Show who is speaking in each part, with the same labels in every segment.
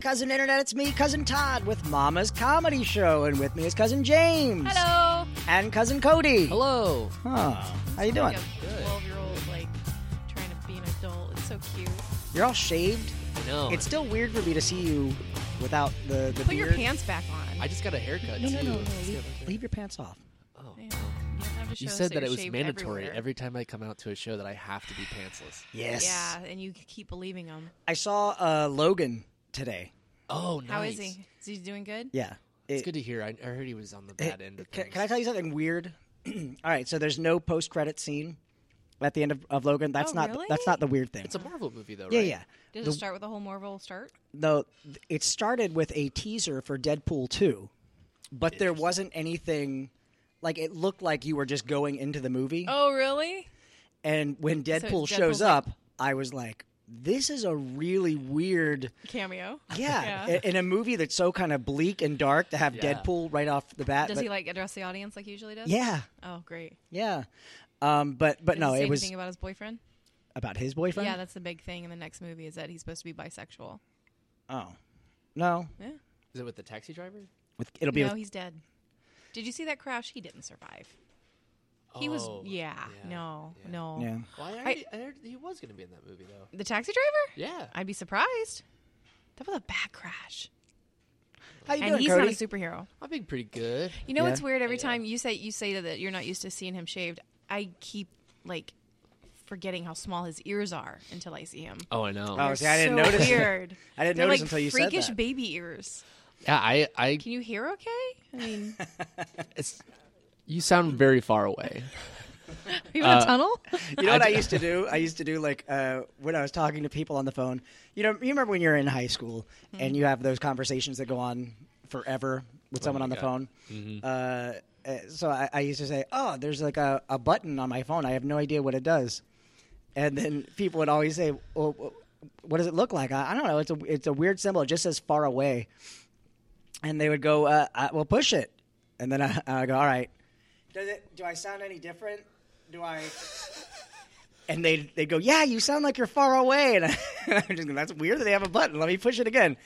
Speaker 1: Cousin Internet, it's me, Cousin Todd, with Mama's Comedy Show, and with me is Cousin James.
Speaker 2: Hello.
Speaker 1: And Cousin Cody.
Speaker 3: Hello.
Speaker 1: Huh. How you doing?
Speaker 2: Like a
Speaker 3: Good.
Speaker 2: 12 year old, like, trying to be an adult. It's so cute.
Speaker 1: You're all shaved.
Speaker 3: No,
Speaker 1: It's still weird for me to see you without the, the
Speaker 2: Put
Speaker 1: beard.
Speaker 2: your pants back on.
Speaker 3: I just got a haircut
Speaker 1: No,
Speaker 3: too.
Speaker 1: no, no, no.
Speaker 3: Let's
Speaker 1: Leave,
Speaker 3: get-
Speaker 1: leave your pants off.
Speaker 3: Oh.
Speaker 2: Yeah. You don't have to show
Speaker 3: You
Speaker 2: us
Speaker 3: said that
Speaker 2: you're
Speaker 3: it was
Speaker 2: shaved
Speaker 3: mandatory
Speaker 2: everywhere.
Speaker 3: every time I come out to a show that I have to be pantsless.
Speaker 1: Yes.
Speaker 2: Yeah, and you keep believing him.
Speaker 1: I saw uh, Logan today.
Speaker 3: Oh, nice.
Speaker 2: How is he? Is he doing good?
Speaker 1: Yeah.
Speaker 3: It's
Speaker 1: It-
Speaker 3: good to hear. I, I heard he was on the bad end of
Speaker 1: Can,
Speaker 3: things.
Speaker 1: can I tell you something weird? All right, so there's no post credit scene at the end of, of Logan. That's
Speaker 2: Oh,
Speaker 1: not
Speaker 2: really?
Speaker 1: that's not the weird thing.
Speaker 3: It's a Marvel movie though,
Speaker 1: yeah,
Speaker 3: right?
Speaker 1: yeah.
Speaker 2: Did
Speaker 1: The-
Speaker 2: it start with a whole Marvel start?
Speaker 1: No, th- it started with a teaser for Deadpool 2, but there wasn't anything like it looked like you were just going into the movie.
Speaker 2: Oh, really?
Speaker 1: And when Deadpool
Speaker 2: Deadpool's
Speaker 1: shows
Speaker 2: like-
Speaker 1: up, I was like, this is a really weird
Speaker 2: Cameo.
Speaker 1: yeah,
Speaker 2: Yeah.
Speaker 1: i- in a movie that's so kind of bleak and dark to have
Speaker 3: Yeah.
Speaker 1: Deadpool right off the bat.
Speaker 2: Does
Speaker 1: uh, but-
Speaker 2: he like address the audience like he usually does?
Speaker 1: yeah,
Speaker 2: Oh, great.
Speaker 1: yeah. Um, but but
Speaker 2: Does
Speaker 1: no,
Speaker 2: he say
Speaker 1: it was
Speaker 2: anything about his boyfriend.
Speaker 1: about his boyfriend.
Speaker 2: Yeah, that's the big thing in the next movie is that he's supposed to be bisexual.
Speaker 1: Oh no,
Speaker 2: Yeah.
Speaker 3: Is it with the taxi driver?
Speaker 1: with, it'll be
Speaker 2: No,
Speaker 1: with,
Speaker 2: he's dead. Did you see that crash? He didn't survive. He was.
Speaker 3: Oh,
Speaker 2: Yeah.
Speaker 3: yeah,
Speaker 2: No.
Speaker 3: yeah.
Speaker 2: No.
Speaker 1: yeah.
Speaker 3: Well, I, already, I heard he was going to be in that movie though.
Speaker 2: The taxi driver?
Speaker 3: Yeah.
Speaker 2: I'd be surprised. That was a bad crash.
Speaker 1: How you
Speaker 2: and
Speaker 1: doing,
Speaker 2: he's
Speaker 1: Cody?
Speaker 2: not a superhero.
Speaker 3: I'm being pretty good.
Speaker 2: You know
Speaker 1: Yeah.
Speaker 2: what's weird? Every time you say you say that you're not used to seeing him shaved, I keep like forgetting how small his ears are until I see him.
Speaker 3: Oh, I know.
Speaker 1: Oh, see, I didn't
Speaker 2: so
Speaker 1: notice.
Speaker 2: Weird.
Speaker 1: I didn't
Speaker 2: They're
Speaker 1: notice
Speaker 2: like
Speaker 1: until you said
Speaker 2: freakish
Speaker 1: that.
Speaker 2: baby ears.
Speaker 3: Yeah, I, I,
Speaker 2: Can you hear okay? I mean, are
Speaker 3: it's, you sound very far away.
Speaker 2: you in
Speaker 1: Uh,
Speaker 2: a tunnel?
Speaker 1: You know what I used to do? I used to do like uh, when I was talking to people on the phone. You know, you remember when you're in high school and you have those conversations that go on forever with someone on the phone. Uh, uh, so I, I used to say, "Oh, there's like a, a button on my phone. I have no idea what it does." And then people would always say, well, wh- "What does it look like?" I, I don't know. It's a it's a weird symbol. It just says far away. And they would go, uh, I, "Well, push it." And then I, I go, "All right." Does it? Do I sound any different? Do I? and they they go, "Yeah, you sound like you're far away." And I, am just going, "That's weird that they have a button. Let me push it again."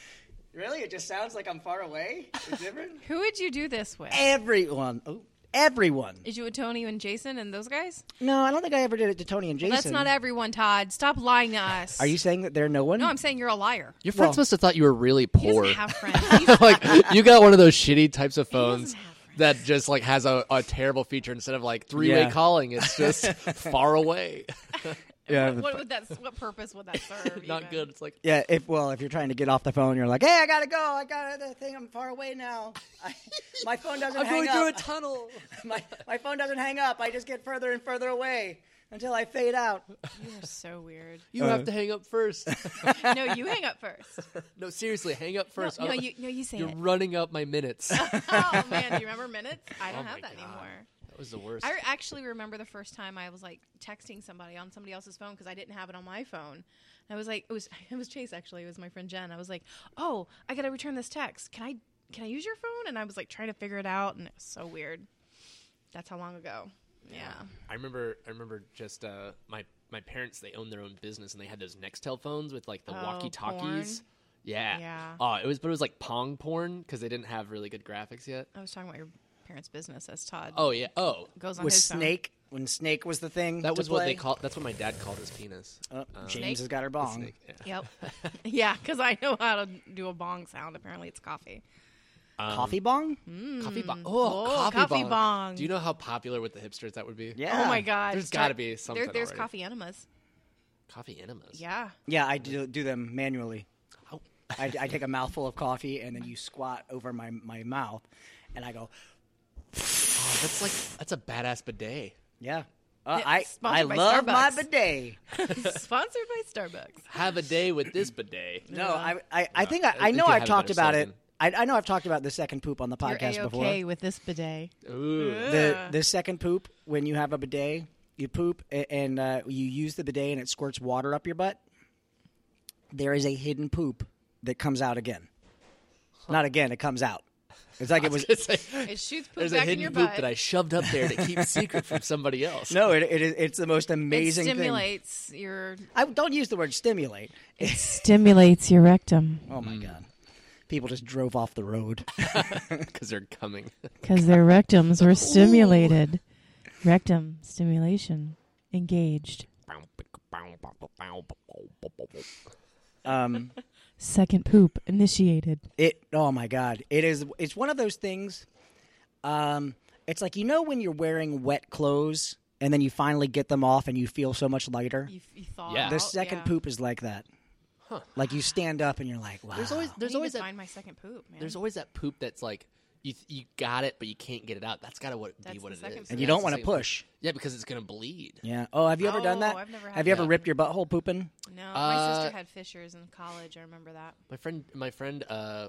Speaker 1: Really, it just sounds like I'm far away. It's different.
Speaker 2: Who would you do this with?
Speaker 1: Eh. everyone, oh, everyone.
Speaker 2: Is you with Tony and Jason and those guys?
Speaker 1: No, I don't think I ever did it to Tony and Jason.
Speaker 2: That's not everyone, Todd. Stop lying to us.
Speaker 1: Are you saying that they're no one?
Speaker 2: No, I'm saying you're a liar.
Speaker 3: Your friends
Speaker 1: Well-
Speaker 3: must have thought you were really
Speaker 2: He
Speaker 3: poor.
Speaker 2: doesn't have friends. He's-
Speaker 3: like you got one of those shitty types of phones
Speaker 2: have friends.
Speaker 3: that just like has a, a terrible feature instead of like three way
Speaker 1: Yeah.
Speaker 3: calling it's just far away
Speaker 1: yeah,
Speaker 2: what would that? What purpose would that serve?
Speaker 3: not
Speaker 2: even?
Speaker 3: good it's like
Speaker 1: yeah. If well, if you're trying to get off the phone, you're like, "Hey, I gotta go. I got the thing. I'm far away now. I, my phone doesn't hang up.
Speaker 3: tunnel
Speaker 1: my my phone doesn't hang up. I just get further and further away until I fade out."
Speaker 2: You are so weird.
Speaker 3: you have to hang up first
Speaker 2: No, you hang up first.
Speaker 3: no seriously hang up
Speaker 2: No,
Speaker 3: first
Speaker 2: no,
Speaker 3: Otherwise-
Speaker 2: you, no, you say
Speaker 3: you're
Speaker 2: it.
Speaker 3: running up my minutes that
Speaker 2: Oh man, do you remember minutes? I don't
Speaker 3: Oh,
Speaker 2: have
Speaker 3: my
Speaker 2: that
Speaker 3: God.
Speaker 2: anymore.
Speaker 3: was the worst
Speaker 2: I re- actually remember the first time I was like texting somebody on somebody else's phone because I didn't have it on my phone. I was like, it was it was Chase actually. It was my friend Jen. I was like, oh, I gotta return this text. Can I can I use your phone? And I was like trying to figure it out, and it was so weird. That's how long ago. Yeah.
Speaker 3: I remember I remember just uh, my my parents they owned their own business and they had those Nextel phones with like the
Speaker 2: Oh,
Speaker 3: walkie talkies.
Speaker 2: porn.
Speaker 3: Yeah.
Speaker 2: Yeah.
Speaker 3: Oh, it was but it was like pong porn because they didn't have really good graphics yet.
Speaker 2: I was talking about your parents' business as Todd
Speaker 3: Oh yeah. Oh.
Speaker 2: goes on
Speaker 1: Was
Speaker 2: his phone.
Speaker 1: Snake when Snake was the thing?
Speaker 3: That
Speaker 1: to
Speaker 3: was what
Speaker 1: play?
Speaker 3: they call that's what my dad called his penis.
Speaker 1: Oh, James
Speaker 2: Snake?
Speaker 1: has got her bong.
Speaker 3: Snake, yeah.
Speaker 2: Yep. yeah, because I know how to do a bong sound. Apparently, it's coffee.
Speaker 3: Um,
Speaker 1: Coffee bong?
Speaker 3: Coffee bong.
Speaker 2: Oh, coffee bong.
Speaker 3: Do you know how popular with the hipsters that would be?
Speaker 1: Yeah.
Speaker 2: Oh my god!
Speaker 3: There's
Speaker 2: Todd-
Speaker 3: gotta be
Speaker 2: There,
Speaker 3: something
Speaker 2: there's
Speaker 3: already.
Speaker 2: coffee enemas.
Speaker 3: Coffee enemas.
Speaker 2: Yeah.
Speaker 1: Yeah, I do, do them manually.
Speaker 3: Oh.
Speaker 1: I, I take a mouthful of coffee and then you squat over my, my mouth and I go,
Speaker 3: Oh, that's like that's a badass bidet.
Speaker 1: yeah. Uh,
Speaker 2: Yeah,
Speaker 1: I I
Speaker 2: sponsored by
Speaker 1: love my
Speaker 2: Starbucks.
Speaker 1: bidet.
Speaker 2: Sponsored by Starbucks.
Speaker 3: Have a day with this bidet.
Speaker 1: No, I I, I think I,
Speaker 3: I
Speaker 1: I know
Speaker 3: think you
Speaker 1: I've
Speaker 3: have a
Speaker 1: talked
Speaker 3: better
Speaker 1: about it.
Speaker 3: slogan.
Speaker 1: I, I know I've talked about the second poop on the podcast
Speaker 2: You're
Speaker 1: before.
Speaker 2: okay with this bidet.
Speaker 3: Ooh.
Speaker 1: The the second poop when you have a bidet, you poop a- and uh, you use the bidet and it squirts water up your butt. There is a hidden poop that comes out again. Not again, it comes out. It's like it was
Speaker 3: It's like-
Speaker 2: It shoots poop
Speaker 3: there's a
Speaker 2: back in
Speaker 3: hidden
Speaker 2: your
Speaker 3: poop
Speaker 2: butt.
Speaker 3: that I shoved up there to keep secret from somebody else.
Speaker 1: no, it, it is it's the most
Speaker 2: it
Speaker 1: amazing thing.
Speaker 2: stimulates your
Speaker 1: I don't use the word stimulate.
Speaker 2: stimulates your rectum.
Speaker 3: Mm.
Speaker 1: Oh my god. people just drove off the road.
Speaker 3: because they're coming.
Speaker 4: Because their rectums were stimulated. Rectum stimulation engaged.
Speaker 1: Um,
Speaker 4: Second poop initiated.
Speaker 1: It oh my god. It is it's one of those things um it's like you know when you're wearing wet clothes and then you finally get them off and you feel so much lighter.
Speaker 2: You, you thaw
Speaker 3: Yeah.
Speaker 2: out.
Speaker 3: The
Speaker 1: The second
Speaker 2: yeah.
Speaker 1: poop is like that. Like you stand up and you're like, wow.
Speaker 3: There's always
Speaker 2: I
Speaker 3: there's
Speaker 2: need
Speaker 3: always
Speaker 2: to
Speaker 3: that
Speaker 2: find my second poop, man.
Speaker 3: there's always that poop that's like you you got it but you can't get it out. That's gotta what be
Speaker 2: That's
Speaker 3: what
Speaker 2: the
Speaker 3: it
Speaker 2: second
Speaker 3: is.
Speaker 2: poop.
Speaker 1: and you
Speaker 3: That's
Speaker 1: don't
Speaker 3: the
Speaker 1: want to
Speaker 3: second poop.
Speaker 1: push.
Speaker 3: Yeah, because it's gonna bleed.
Speaker 1: Yeah. Oh, have you ever done
Speaker 2: Oh,
Speaker 1: that?
Speaker 2: I've never had
Speaker 1: have you ever
Speaker 3: that.
Speaker 1: ripped your butthole pooping?
Speaker 2: no. my
Speaker 3: Uh,
Speaker 2: sister had fissures in college. I remember that.
Speaker 3: My friend, my friend, uh,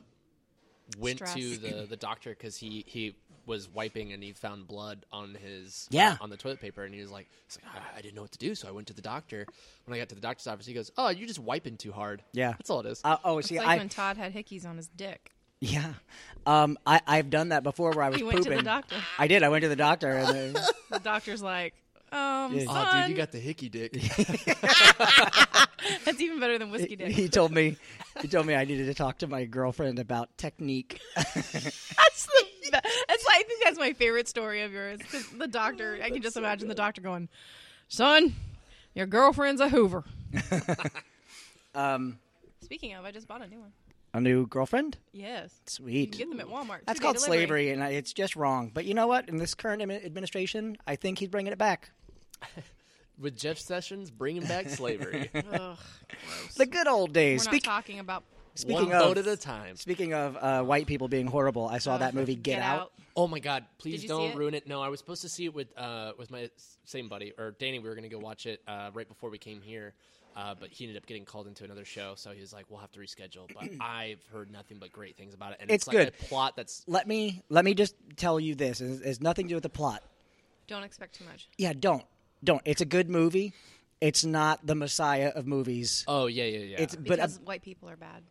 Speaker 3: went to
Speaker 2: Stress.
Speaker 3: the the doctor because he he was wiping and he found blood on his
Speaker 1: Yeah.
Speaker 3: on the toilet paper and he was like, he's like, I, I didn't know what to do, so I went to the doctor. When I got to the doctor's office, he goes, "Oh, you're just wiping too hard."
Speaker 1: Yeah.
Speaker 3: that's all it is.
Speaker 1: Uh, oh,
Speaker 2: It's
Speaker 1: see,
Speaker 2: like
Speaker 1: I
Speaker 2: when Todd had hickeys on his dick.
Speaker 1: yeah, um, I I've done that before where I was
Speaker 2: You went to
Speaker 1: pooping.
Speaker 2: the doctor.
Speaker 1: I did. I went to the doctor. And then,
Speaker 2: The doctor's like, um,
Speaker 1: Yeah.
Speaker 3: oh,
Speaker 2: son,
Speaker 3: dude, you got the hickey dick.
Speaker 2: that's even better than whiskey dick.
Speaker 1: he told me he told me I needed to talk to my girlfriend about technique.
Speaker 2: That's the. be- That's why I think that's my favorite story of yours. 'cause the doctor, I can just imagine the doctor going, "Son, your girlfriend's a Hoover."
Speaker 1: Um,
Speaker 2: Speaking of, I just bought a new one.
Speaker 1: a new girlfriend?
Speaker 2: Yes, you
Speaker 1: Sweet.
Speaker 2: can get them at Walmart.
Speaker 1: That's
Speaker 2: Two-day
Speaker 1: called
Speaker 2: delivery.
Speaker 1: slavery, and I- it's just wrong. But you know what? In this current admi- administration, I think he's bringing it back.
Speaker 3: With Jeff Sessions bringing back slavery,
Speaker 2: Ugh,
Speaker 1: The good old
Speaker 2: we're
Speaker 1: days.
Speaker 2: not
Speaker 1: Speak-
Speaker 2: talking about.
Speaker 1: speaking
Speaker 3: one
Speaker 1: of
Speaker 3: vote at a time.
Speaker 1: speaking of uh, white people being horrible, I saw that movie Get, Out.
Speaker 3: Oh my God! Please
Speaker 2: you see
Speaker 3: don't
Speaker 2: it?
Speaker 3: ruin it. No, I was supposed to see it with uh, with my s- same buddy or Danny. We were gonna go watch it uh, right before we came here, uh, but he ended up getting called into another show, so he was like, "We'll have to reschedule." But I've heard nothing but great things about it, and it's,
Speaker 1: It's
Speaker 3: like
Speaker 1: good.
Speaker 3: a plot that's
Speaker 1: Let me let me just tell you this: it has nothing to do with the plot.
Speaker 2: Don't expect too much.
Speaker 1: Yeah, don't don't. It's a good movie. It's not the messiah of movies.
Speaker 3: oh yeah yeah yeah.
Speaker 1: It's but uh,
Speaker 2: Because white people are bad.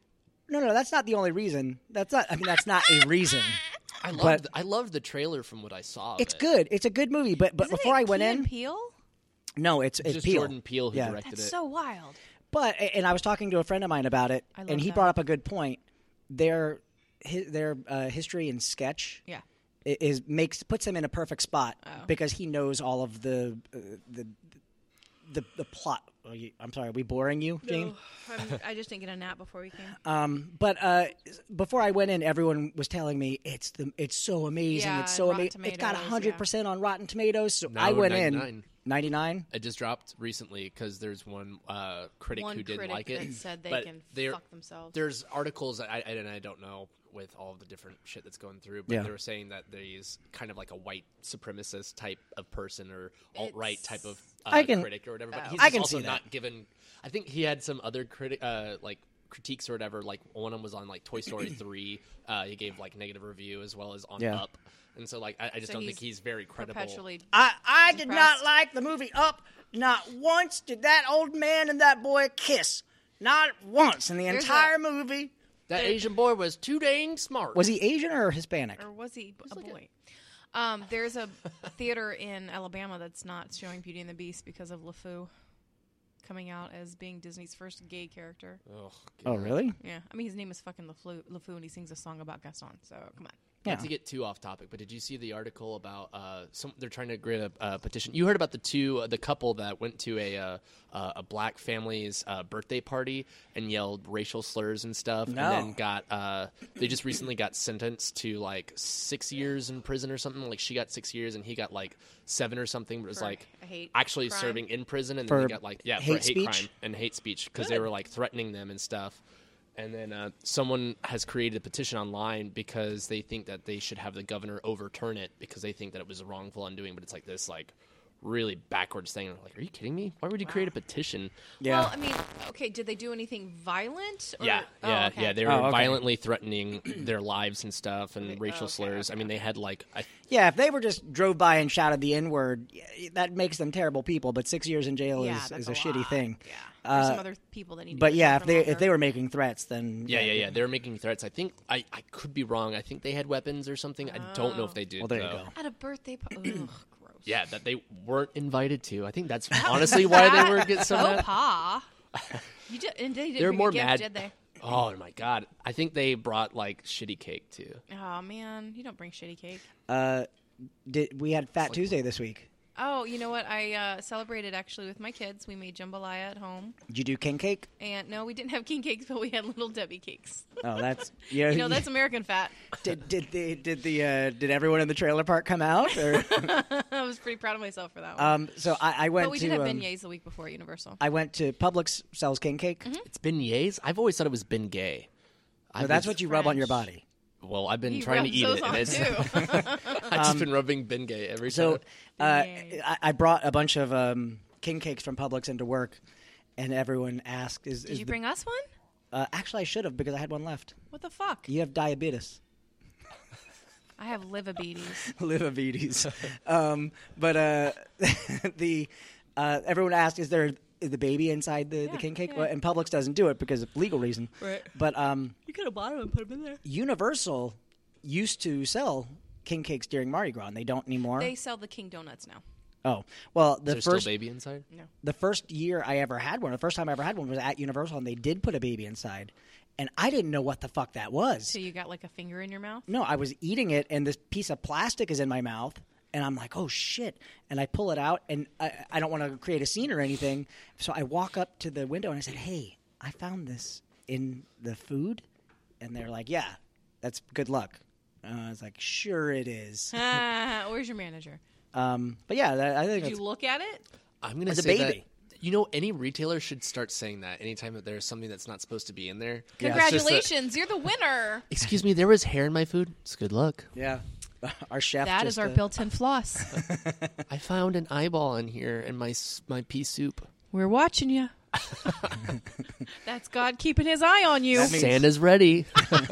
Speaker 1: no no that's not the only reason. That's not. I mean that's not a reason.
Speaker 3: I loved
Speaker 1: but-
Speaker 3: I loved the trailer from what I saw. of
Speaker 1: It's
Speaker 3: it.
Speaker 1: good. It's a good movie. But but
Speaker 2: Isn't
Speaker 1: before
Speaker 2: it
Speaker 1: I went
Speaker 2: Key and
Speaker 1: in,
Speaker 2: Peele?
Speaker 1: no, it's it's
Speaker 3: Just
Speaker 1: Peele.
Speaker 3: Jordan Peele who
Speaker 1: Yeah.
Speaker 3: directed
Speaker 2: That's
Speaker 3: it.
Speaker 2: so wild.
Speaker 1: But and I was talking to a friend of mine about it,
Speaker 2: I love
Speaker 1: and he
Speaker 2: that.
Speaker 1: brought up a good point. Their hi- their uh, history and sketch
Speaker 2: Yeah. Oh.
Speaker 1: i- is makes puts him in a perfect spot because he knows all of the uh, the the the plot. Are you- I'm sorry, are we boring you, Jane?
Speaker 2: I'm, I just didn't get a nap before we came.
Speaker 1: Um, but uh, before I went in, everyone was telling me it's the it's so amazing,
Speaker 2: Yeah,
Speaker 1: it's
Speaker 2: and
Speaker 1: so
Speaker 2: Rotten
Speaker 1: amazing. It's got
Speaker 2: Tomatoes, yeah.
Speaker 1: hundred percent on Rotten Tomatoes. So
Speaker 3: No,
Speaker 1: I went in
Speaker 3: 99.
Speaker 1: ninety nine.
Speaker 3: It just dropped recently because there's one uh, critic
Speaker 2: One
Speaker 3: who didn't
Speaker 2: critic
Speaker 3: like it
Speaker 2: that said they
Speaker 3: but
Speaker 2: can
Speaker 3: there-
Speaker 2: fuck themselves.
Speaker 3: There's articles that I, I- and I don't know with all the different shit that's going through, but
Speaker 1: Yeah.
Speaker 3: they were saying that there's kind of like a white supremacist type of person or alt right type of uh,
Speaker 1: I can-
Speaker 3: critic or whatever. But
Speaker 2: Oh.
Speaker 3: he's
Speaker 1: I
Speaker 3: just
Speaker 1: can
Speaker 3: also
Speaker 1: see that.
Speaker 3: not given. I think he had some other critic uh, like critiques or whatever. Like one of them was on like Toy Story three. Uh, he gave like negative review as well as on
Speaker 1: Yeah.
Speaker 3: Up. And so like I, I just
Speaker 2: So
Speaker 3: don't
Speaker 2: he's
Speaker 3: think he's very credible.
Speaker 2: Perpetually
Speaker 1: I, I did
Speaker 2: Depressed.
Speaker 1: not like the movie Up. Not once did that old man and that boy kiss. Not once in the
Speaker 2: There's
Speaker 1: entire
Speaker 2: a-
Speaker 1: movie.
Speaker 3: That Asian boy was too dang smart.
Speaker 1: Was he Asian or Hispanic?
Speaker 2: or was he a boy? Um, there's a theater in Alabama that's not showing Beauty and the Beast because of LeFou coming out as being Disney's first gay character.
Speaker 3: Oh,
Speaker 1: Oh,
Speaker 3: God.
Speaker 1: really?
Speaker 2: Yeah, I mean his name is fucking LeFou, LeFou and he sings a song about Gaston. So come on.
Speaker 1: Yeah.
Speaker 3: Not to get too off topic, but did you see the article about uh, some? They're trying to create a uh, petition. You heard about the two, uh, the couple that went to a uh, uh, a black family's uh, birthday party and yelled racial slurs and stuff,
Speaker 1: No.
Speaker 3: and then got uh, they just recently got sentenced to like six years in prison or something. Like she got six years and he got like seven or something, but it was
Speaker 2: For
Speaker 3: like
Speaker 2: a hate
Speaker 3: actually
Speaker 2: crime?
Speaker 3: serving in prison, and
Speaker 1: For
Speaker 3: then they got like yeah for
Speaker 1: hate
Speaker 3: hate
Speaker 1: speech?
Speaker 3: crime and hate speech because they were like threatening them and stuff. And then uh, someone has created a petition online because they think that they should have the governor overturn it because they think that it was a wrongful undoing. But it's like this like really backwards thing. And I'm like, are you kidding me? Why would you create a petition?
Speaker 1: Yeah.
Speaker 2: Well, I mean, okay, did they do anything violent? Or,
Speaker 3: Yeah,
Speaker 2: oh,
Speaker 3: yeah,
Speaker 2: okay.
Speaker 3: yeah. They were
Speaker 1: Oh, okay.
Speaker 3: violently threaning their lives and stuff and
Speaker 2: Okay,
Speaker 3: racial
Speaker 2: okay,
Speaker 3: slurs. I mean, they had like I,
Speaker 1: Yeah, if they were just drove by and shouted the N word, that makes them terrible people. But six years in jail
Speaker 2: Yeah,
Speaker 1: is,
Speaker 2: that's
Speaker 1: is a,
Speaker 2: a
Speaker 1: shitty
Speaker 2: lot.
Speaker 1: thing. Uh,
Speaker 2: Yeah. There's some other people that need. To
Speaker 1: But
Speaker 2: get
Speaker 1: yeah,
Speaker 2: out
Speaker 1: if
Speaker 2: for
Speaker 1: they if
Speaker 2: longer.
Speaker 1: they were making threats, then
Speaker 3: yeah, yeah, yeah. They were making threats. I think I, I could be wrong. I think they had weapons or something. I don't know if they did.
Speaker 1: Well, there you
Speaker 3: though.
Speaker 1: go.
Speaker 2: at a birthday party, ugh, gross.
Speaker 3: Yeah, that they weren't invited to. I think that's honestly why they were getting so
Speaker 2: Oh,
Speaker 3: mad.
Speaker 2: pa. You did, and they didn't
Speaker 3: They're
Speaker 2: bring
Speaker 3: more
Speaker 2: a gift,
Speaker 3: mad.
Speaker 2: did they?
Speaker 3: Oh my god! I think they brought like shitty cake too.
Speaker 2: Oh man, you don't bring shitty cake.
Speaker 1: Uh, did we had Fat Tuesday this week?
Speaker 2: Oh, you know what? I uh, celebrated actually with my kids. We made jambalaya at home,
Speaker 1: Did you do king cake?
Speaker 2: and no, we didn't have king cakes, but we had little Debbie cakes.
Speaker 1: Oh, that's you know,
Speaker 2: You know, that's American fat.
Speaker 1: did did the did the uh, did everyone in the trailer park come out? Or,
Speaker 2: I was pretty proud of myself for that one.
Speaker 1: um, so I, I went
Speaker 2: but we
Speaker 1: to
Speaker 2: did have
Speaker 1: um,
Speaker 2: beignets the week before at Universal.
Speaker 1: I went to Publix sells king cake.
Speaker 2: Mm-hmm.
Speaker 3: It's beignets. I've always thought it was ben gay.
Speaker 1: No, that's what you rub on your body.
Speaker 3: Well, I've been
Speaker 2: He
Speaker 3: trying to
Speaker 2: rubs those
Speaker 3: eat it,
Speaker 2: on,
Speaker 3: and it's,
Speaker 2: too.
Speaker 3: I've just been rubbing Ben Gay every
Speaker 1: So
Speaker 3: time.
Speaker 1: uh, I, I brought a bunch of um, king cakes from Publix into work, and everyone asked, "Is,
Speaker 2: did
Speaker 1: is
Speaker 2: you
Speaker 1: the-
Speaker 2: bring us one?
Speaker 1: uh, actually I should have because I had one left.
Speaker 2: What the fuck?
Speaker 1: You have diabetes,
Speaker 2: I have livabetes.
Speaker 1: livabetes. um, but uh, the uh, everyone asked, "Is there is the baby inside the,
Speaker 2: Yeah,
Speaker 1: the king cake?"
Speaker 2: yeah.
Speaker 1: Well, and Publix doesn't do it because of legal reason.
Speaker 2: Right.
Speaker 1: But um,
Speaker 2: You could have bought them and put them in there.
Speaker 1: Universal used to sell king cakes during Mardi Gras, and they don't anymore.
Speaker 2: They sell the king donuts now.
Speaker 1: oh, well, the
Speaker 3: There's
Speaker 1: first
Speaker 3: still baby inside.
Speaker 1: the first year I ever had one, the first time I ever had one was at Universal, and they did put a baby inside, and I didn't know what the fuck that was.
Speaker 2: So you got like a finger in your mouth?
Speaker 1: No, I was eating it, and this piece of plastic is in my mouth, and I'm like, oh shit! And I pull it out, and I, I don't want to create a scene or anything, so I walk up to the window and I said, hey, I found this in the food, and they're like, yeah, that's good luck. And I was like, sure it is.
Speaker 2: Ah, where's your manager?
Speaker 1: um, but yeah, that, I think
Speaker 2: Did you
Speaker 1: that's,
Speaker 2: look at it?
Speaker 3: I'm gonna
Speaker 1: As a
Speaker 3: say
Speaker 1: baby.
Speaker 3: that. You know, any retailer should start saying that anytime that there's something that's not supposed to be in there. It's just that-
Speaker 2: Congratulations, you're the winner.
Speaker 3: Excuse me, there was hair in my food. It's good luck.
Speaker 1: yeah. Our chef.
Speaker 2: That
Speaker 1: just,
Speaker 2: is our
Speaker 1: uh,
Speaker 2: built-in floss.
Speaker 3: I found an eyeball in here and my s- my pea soup.
Speaker 4: We're watching you.
Speaker 2: That's God keeping his eye on you.
Speaker 1: means-
Speaker 3: Santa's ready.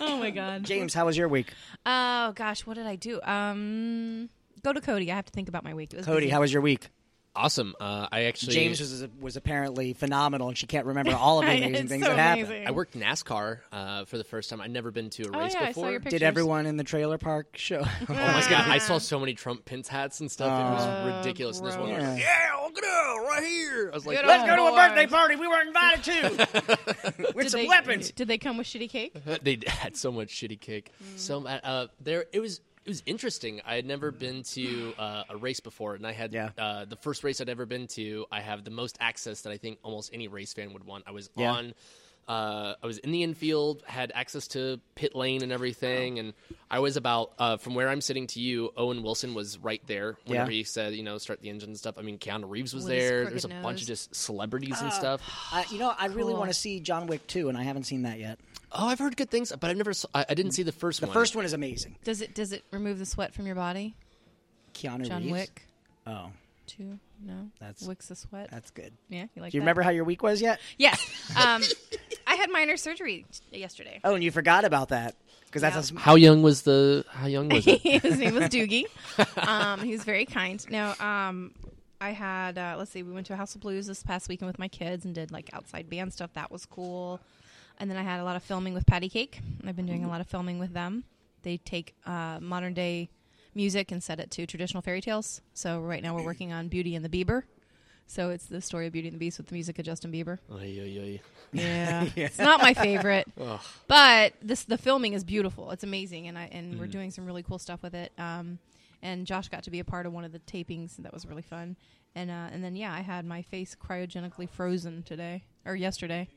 Speaker 2: Oh my God.
Speaker 1: James, how was your week?
Speaker 2: Oh gosh, what did I do? Um, go to Cody. I have to think about my week. It was
Speaker 1: Cody,
Speaker 2: busy.
Speaker 1: how was your week?
Speaker 3: awesome. Uh, I actually
Speaker 1: James was was apparently phenomenal, and she can't remember all of the amazing
Speaker 2: It's
Speaker 1: things
Speaker 2: so
Speaker 1: that happened.
Speaker 2: amazing.
Speaker 3: I worked NASCAR uh, for the first time. I'd never been to a
Speaker 2: Oh
Speaker 3: race
Speaker 2: yeah, I
Speaker 3: before.
Speaker 2: saw your pictures.
Speaker 1: Did everyone in the trailer park show?
Speaker 3: Oh my god! I saw so many Trump Pence hats and stuff. it was
Speaker 2: Oh,
Speaker 3: ridiculous. And this one,
Speaker 2: gross.
Speaker 3: I was like, yeah, look at that right here. I was like,
Speaker 2: Good
Speaker 1: Let's
Speaker 2: Oh,
Speaker 1: go to a
Speaker 2: boy.
Speaker 1: birthday party we were invited to with
Speaker 2: Did
Speaker 1: some
Speaker 2: they-
Speaker 1: weapons.
Speaker 2: Did they come with shitty cake?
Speaker 3: Uh, they had so much shitty cake.
Speaker 1: Mm.
Speaker 3: So uh, there, it was it was interesting. I had never been to uh, a race before, and I had
Speaker 1: Mm. Yeah.
Speaker 3: uh, the first race I'd ever been to. I have the most access that I think almost any race fan would want. I was
Speaker 1: Yeah.
Speaker 3: on. Uh, I was in the infield, had access to pit lane and everything, and I was about uh, from where I'm sitting to you. Owen Wilson was right there whenever
Speaker 1: Yeah.
Speaker 3: he said, you know, start the engine and stuff. I mean, Keanu Reeves was
Speaker 2: With his
Speaker 3: there.
Speaker 2: crooked
Speaker 3: There's a bunch
Speaker 2: nose.
Speaker 3: of just celebrities and stuff.
Speaker 1: Uh, you know, I really
Speaker 2: Cool.
Speaker 1: want to see John Wick 2, and I haven't seen that yet.
Speaker 3: Oh, I've heard good things, but I've never. Saw, I, I didn't see the first
Speaker 1: Mm. The
Speaker 3: one.
Speaker 1: first one is amazing.
Speaker 2: Does it does it remove the sweat from your body?
Speaker 1: Keanu
Speaker 2: John
Speaker 1: Reeves.
Speaker 2: Wick
Speaker 1: Oh,
Speaker 2: too. No,
Speaker 1: That's-
Speaker 2: wicks the sweat.
Speaker 1: that's good.
Speaker 2: yeah, you like
Speaker 1: Do you
Speaker 2: that?
Speaker 1: remember how your week was yet?
Speaker 2: Yes. Um, I had minor surgery yesterday.
Speaker 1: Oh, and you forgot about that because that's
Speaker 2: Yeah.
Speaker 1: a sm-
Speaker 3: How young was the? How young was it?
Speaker 2: His name was Doogie. Um, he was very kind. No, um, I had uh, let's see, we went to a House of Blues this past weekend with my kids and did like outside band stuff. That was cool. And then I had a lot of filming with Patty Cake. I've been doing a lot of filming with them. They take uh, modern day music and set it to traditional fairy tales. So right now we're working on Beauty and the Bieber. So it's the story of Beauty and the Beast with the music of Justin Bieber.
Speaker 3: Oy, oy, oy.
Speaker 2: Yeah. It's not my favorite. But this the filming is beautiful. It's amazing and I and
Speaker 3: Mm.
Speaker 2: we're doing some really cool stuff with it. Um and Josh got to be a part of one of the tapings and that was really fun. And uh and then yeah, I had my face cryogenically frozen today or yesterday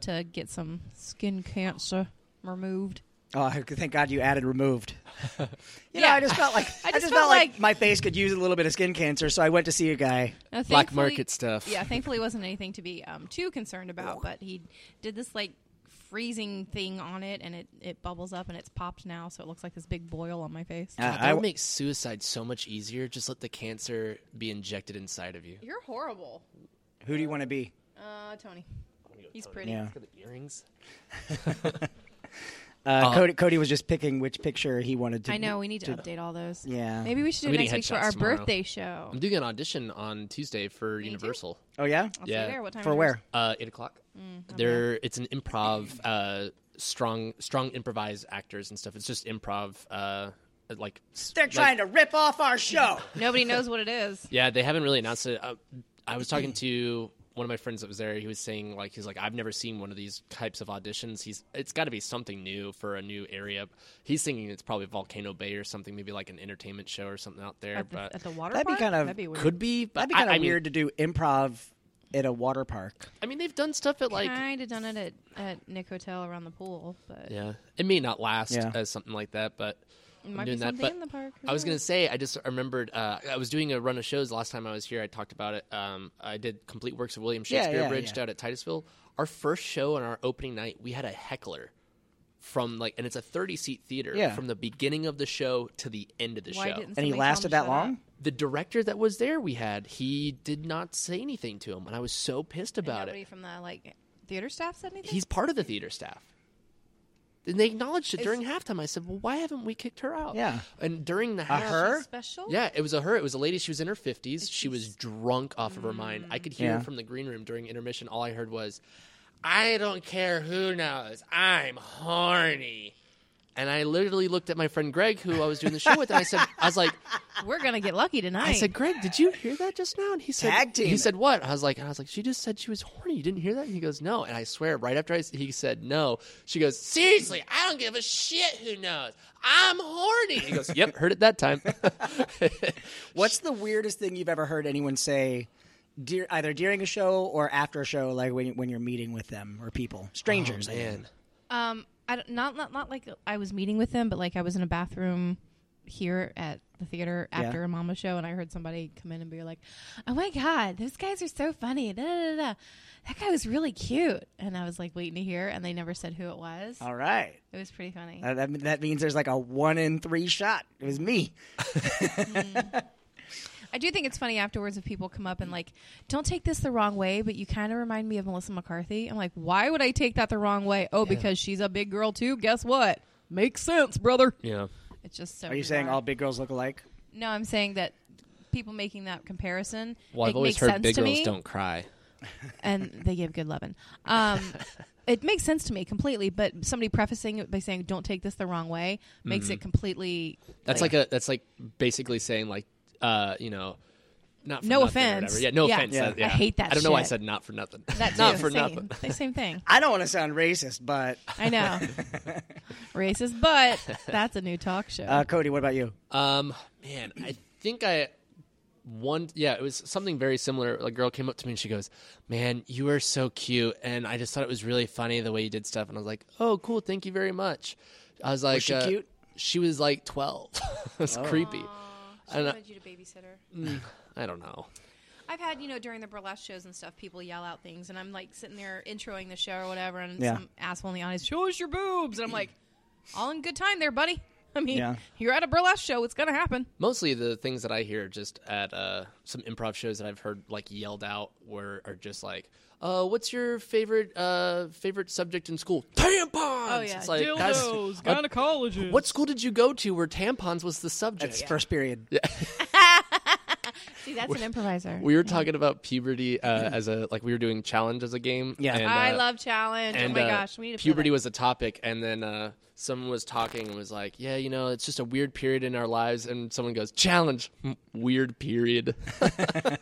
Speaker 2: to get some skin cancer removed.
Speaker 1: Oh, thank God you added removed. You know,
Speaker 2: Yeah.
Speaker 1: I just felt like I just, felt, like, my face could use a little bit of skin cancer, so I went to see a guy.
Speaker 2: Now,
Speaker 3: Black
Speaker 2: thankfully-
Speaker 3: market stuff.
Speaker 2: Yeah, thankfully it wasn't anything to be um, too concerned about, but he did this like freezing thing on it and it, it bubbles up and it's popped now, so it looks like this big boil on my face.
Speaker 1: Uh,
Speaker 3: God,
Speaker 1: I
Speaker 3: that
Speaker 1: w-
Speaker 3: would make suicide so much easier. Just let the cancer be injected inside of you.
Speaker 2: You're horrible.
Speaker 1: Who do you want to be?
Speaker 2: Uh, Tony. He's pretty.
Speaker 1: Yeah.
Speaker 3: Look at the earrings.
Speaker 1: Uh, Cody, Cody was just picking which picture he wanted to.
Speaker 2: I know. We need to update all those.
Speaker 1: Yeah.
Speaker 2: Maybe we should do
Speaker 3: I'm
Speaker 2: next
Speaker 3: eating
Speaker 2: week for
Speaker 3: headshots
Speaker 2: our
Speaker 3: tomorrow.
Speaker 2: birthday show.
Speaker 3: I'm doing an audition on Tuesday for Universal.
Speaker 1: Oh yeah.
Speaker 2: I'll
Speaker 3: Yeah.
Speaker 2: see you there. What time
Speaker 1: For
Speaker 2: is
Speaker 1: where?
Speaker 2: yours?
Speaker 3: Uh, Eight o'clock. there, it's an improv. Uh, strong, strong improvised actors and stuff. It's just improv. Uh, like s-
Speaker 1: They're
Speaker 3: like-
Speaker 1: trying to rip off our show.
Speaker 2: Nobody knows what it is.
Speaker 3: Yeah, they haven't really announced it. Uh, I was talking to one of my friends that was there, he was saying like he's like I've never seen one of these types of auditions. He's it's got to be something new for a new area. He's thinking it's probably Volcano Bay or something, maybe like an entertainment show or something out there.
Speaker 2: at, the,
Speaker 3: but
Speaker 2: at the water
Speaker 1: That'd be
Speaker 2: park?
Speaker 1: kind of
Speaker 2: That'd be weird.
Speaker 1: could be. That'd be
Speaker 3: I-
Speaker 1: kind
Speaker 3: I
Speaker 1: of
Speaker 3: mean-
Speaker 1: weird to do improv at a water park.
Speaker 3: I mean, they've done stuff at like
Speaker 2: kind of done it at, at Nick Hotel around the pool, but
Speaker 3: yeah, it may not last
Speaker 1: Yeah.
Speaker 3: as something like that, but
Speaker 2: it
Speaker 3: I'm
Speaker 2: might be
Speaker 3: doing that,
Speaker 2: something
Speaker 3: but
Speaker 2: in the park.
Speaker 3: I was
Speaker 1: Mm-hmm.
Speaker 3: gonna say, I just remembered. Uh, I was doing a run of shows last time I was here. I talked about it. Um, I did complete works of William
Speaker 1: Yeah,
Speaker 3: Shakespeare
Speaker 1: yeah,
Speaker 3: bridged
Speaker 1: yeah.
Speaker 3: out at Titusville. Our first show on our opening night, we had a heckler from like, and it's a thirty seat theater
Speaker 1: Yeah.
Speaker 3: from the beginning of the show to the end of the
Speaker 2: Why
Speaker 3: show.
Speaker 2: didn't
Speaker 1: And he
Speaker 2: somebody tell him
Speaker 1: lasted
Speaker 2: to
Speaker 1: that
Speaker 2: shut up?
Speaker 1: long.
Speaker 3: the director that was there, we had, he did not say anything to him, and I was so pissed
Speaker 2: And
Speaker 3: about
Speaker 2: nobody
Speaker 3: it.
Speaker 2: from the like theater staff said anything.
Speaker 3: He's part of the theater staff. And they acknowledged it
Speaker 2: Is-
Speaker 3: during halftime. I said, "Well, why haven't we kicked her out?"
Speaker 1: Yeah.
Speaker 3: and during the
Speaker 1: A
Speaker 3: half,
Speaker 1: her?
Speaker 2: special.
Speaker 3: Yeah, it was a her. It was a lady. She was in her fifties. She was drunk off of her mind. I could hear
Speaker 1: Yeah.
Speaker 3: from the green room during intermission. All I heard was, "I don't care who knows. I'm horny." And I literally looked at my friend Greg, who I was doing the show with, and I said, "I was like,
Speaker 2: we're gonna get lucky tonight.
Speaker 3: I said, Greg, did you hear that just now?" And he said,
Speaker 1: Tag team.
Speaker 3: He said, "What?" I was like, "I was like, she just said she was horny. You didn't hear that?" And he goes, "No." And I swear, right after I, s- he said no, she goes, "Seriously, I don't give a shit who knows. I'm horny." He goes, "Yep, heard it that time."
Speaker 1: What's the weirdest thing you've ever heard anyone say, dear, either during a show or after a show, like when, when you're meeting with them or people, strangers? I mean.
Speaker 3: Oh, man.
Speaker 2: um, I don't, not not not like I was meeting with them, but like I was in a bathroom here at the theater after a mama show, and I heard somebody come in and be like, "Oh my god, those guys are so funny!" Da, da, da, da. That guy was really cute, and I was like waiting to hear, and they never said who it was.
Speaker 1: All right.
Speaker 2: It was pretty funny.
Speaker 1: Uh, that, that means there's like a one in three shot. It was me.
Speaker 2: I do think it's funny afterwards if people come up and like, don't take this the wrong way, but you kind of remind me of Melissa McCarthy. I'm like, why would I take that the wrong way? Oh, because she's a big girl too. Guess what? Makes sense, brother.
Speaker 3: Yeah.
Speaker 2: It's just so.
Speaker 1: Are you saying
Speaker 2: bizarre.
Speaker 1: all big girls look alike?
Speaker 2: No, I'm saying that people making that comparison.
Speaker 3: Well,
Speaker 2: it
Speaker 3: I've always
Speaker 2: makes
Speaker 3: heard
Speaker 2: sense
Speaker 3: big
Speaker 2: to
Speaker 3: girls
Speaker 2: me,
Speaker 3: don't cry.
Speaker 2: and they give good loving. Um, it makes sense to me completely, but somebody prefacing it by saying "Don't take this the wrong way" makes
Speaker 3: Mm-hmm.
Speaker 2: it completely.
Speaker 3: That's like, a that's like basically saying like uh, you know, not for
Speaker 2: No
Speaker 3: nothing or
Speaker 2: offense.
Speaker 3: whatever. Yeah, no
Speaker 2: Yeah.
Speaker 3: offense.
Speaker 1: Yeah.
Speaker 3: Uh,
Speaker 1: I
Speaker 3: yeah.
Speaker 2: hate that
Speaker 3: I don't know why I
Speaker 2: shit.
Speaker 3: said not for nothing.
Speaker 2: that too.
Speaker 3: not for
Speaker 2: same,
Speaker 3: nothing.
Speaker 2: They- Same thing.
Speaker 1: I don't want to sound racist, but
Speaker 2: I know. Racist, but that's a new talk show.
Speaker 1: uh, Cody, what about you?
Speaker 3: Um, man, I think I one yeah, it was something very similar. A girl came up to me and she goes, "Man, you are so cute," and I just thought it was really funny the way you did stuff. And I was like, "Oh, cool, thank you very much." I was like,
Speaker 1: she
Speaker 3: uh,
Speaker 1: cute?
Speaker 3: She was like twelve. That's
Speaker 2: Oh.
Speaker 3: creepy. I, don't,
Speaker 2: you to babysitter.
Speaker 3: I don't know.
Speaker 2: I've had, you know, during the burlesque shows and stuff, people yell out things, and I'm like sitting there introing the show or whatever, and
Speaker 1: Yeah.
Speaker 2: some asshole in the audience, show us your boobs. And I'm like, all in good time there, buddy. I mean,
Speaker 1: Yeah.
Speaker 2: you're at a burlesque show, it's going to happen.
Speaker 3: Mostly the things that I hear just at uh, some improv shows that I've heard like yelled out were are just like, uh, "What's your favorite uh, favorite subject in school? Tampons."
Speaker 2: Oh, yeah.
Speaker 3: It's like, that's- uh,
Speaker 5: gynecologists.
Speaker 3: What school did you go to where tampons was the subject?
Speaker 1: It's first period.
Speaker 2: See, that's an improviser.
Speaker 3: We were talking about puberty uh, as a like we were doing challenge as a game.
Speaker 1: Yeah.
Speaker 3: and,
Speaker 2: I
Speaker 3: uh,
Speaker 2: love challenge.
Speaker 3: And,
Speaker 2: oh my
Speaker 3: uh,
Speaker 2: gosh, we need to feel
Speaker 3: puberty
Speaker 2: that.
Speaker 3: was a topic, and then uh, someone was talking and was like, "Yeah, you know, it's just a weird period in our lives." And someone goes, "Challenge, Hmm, weird period."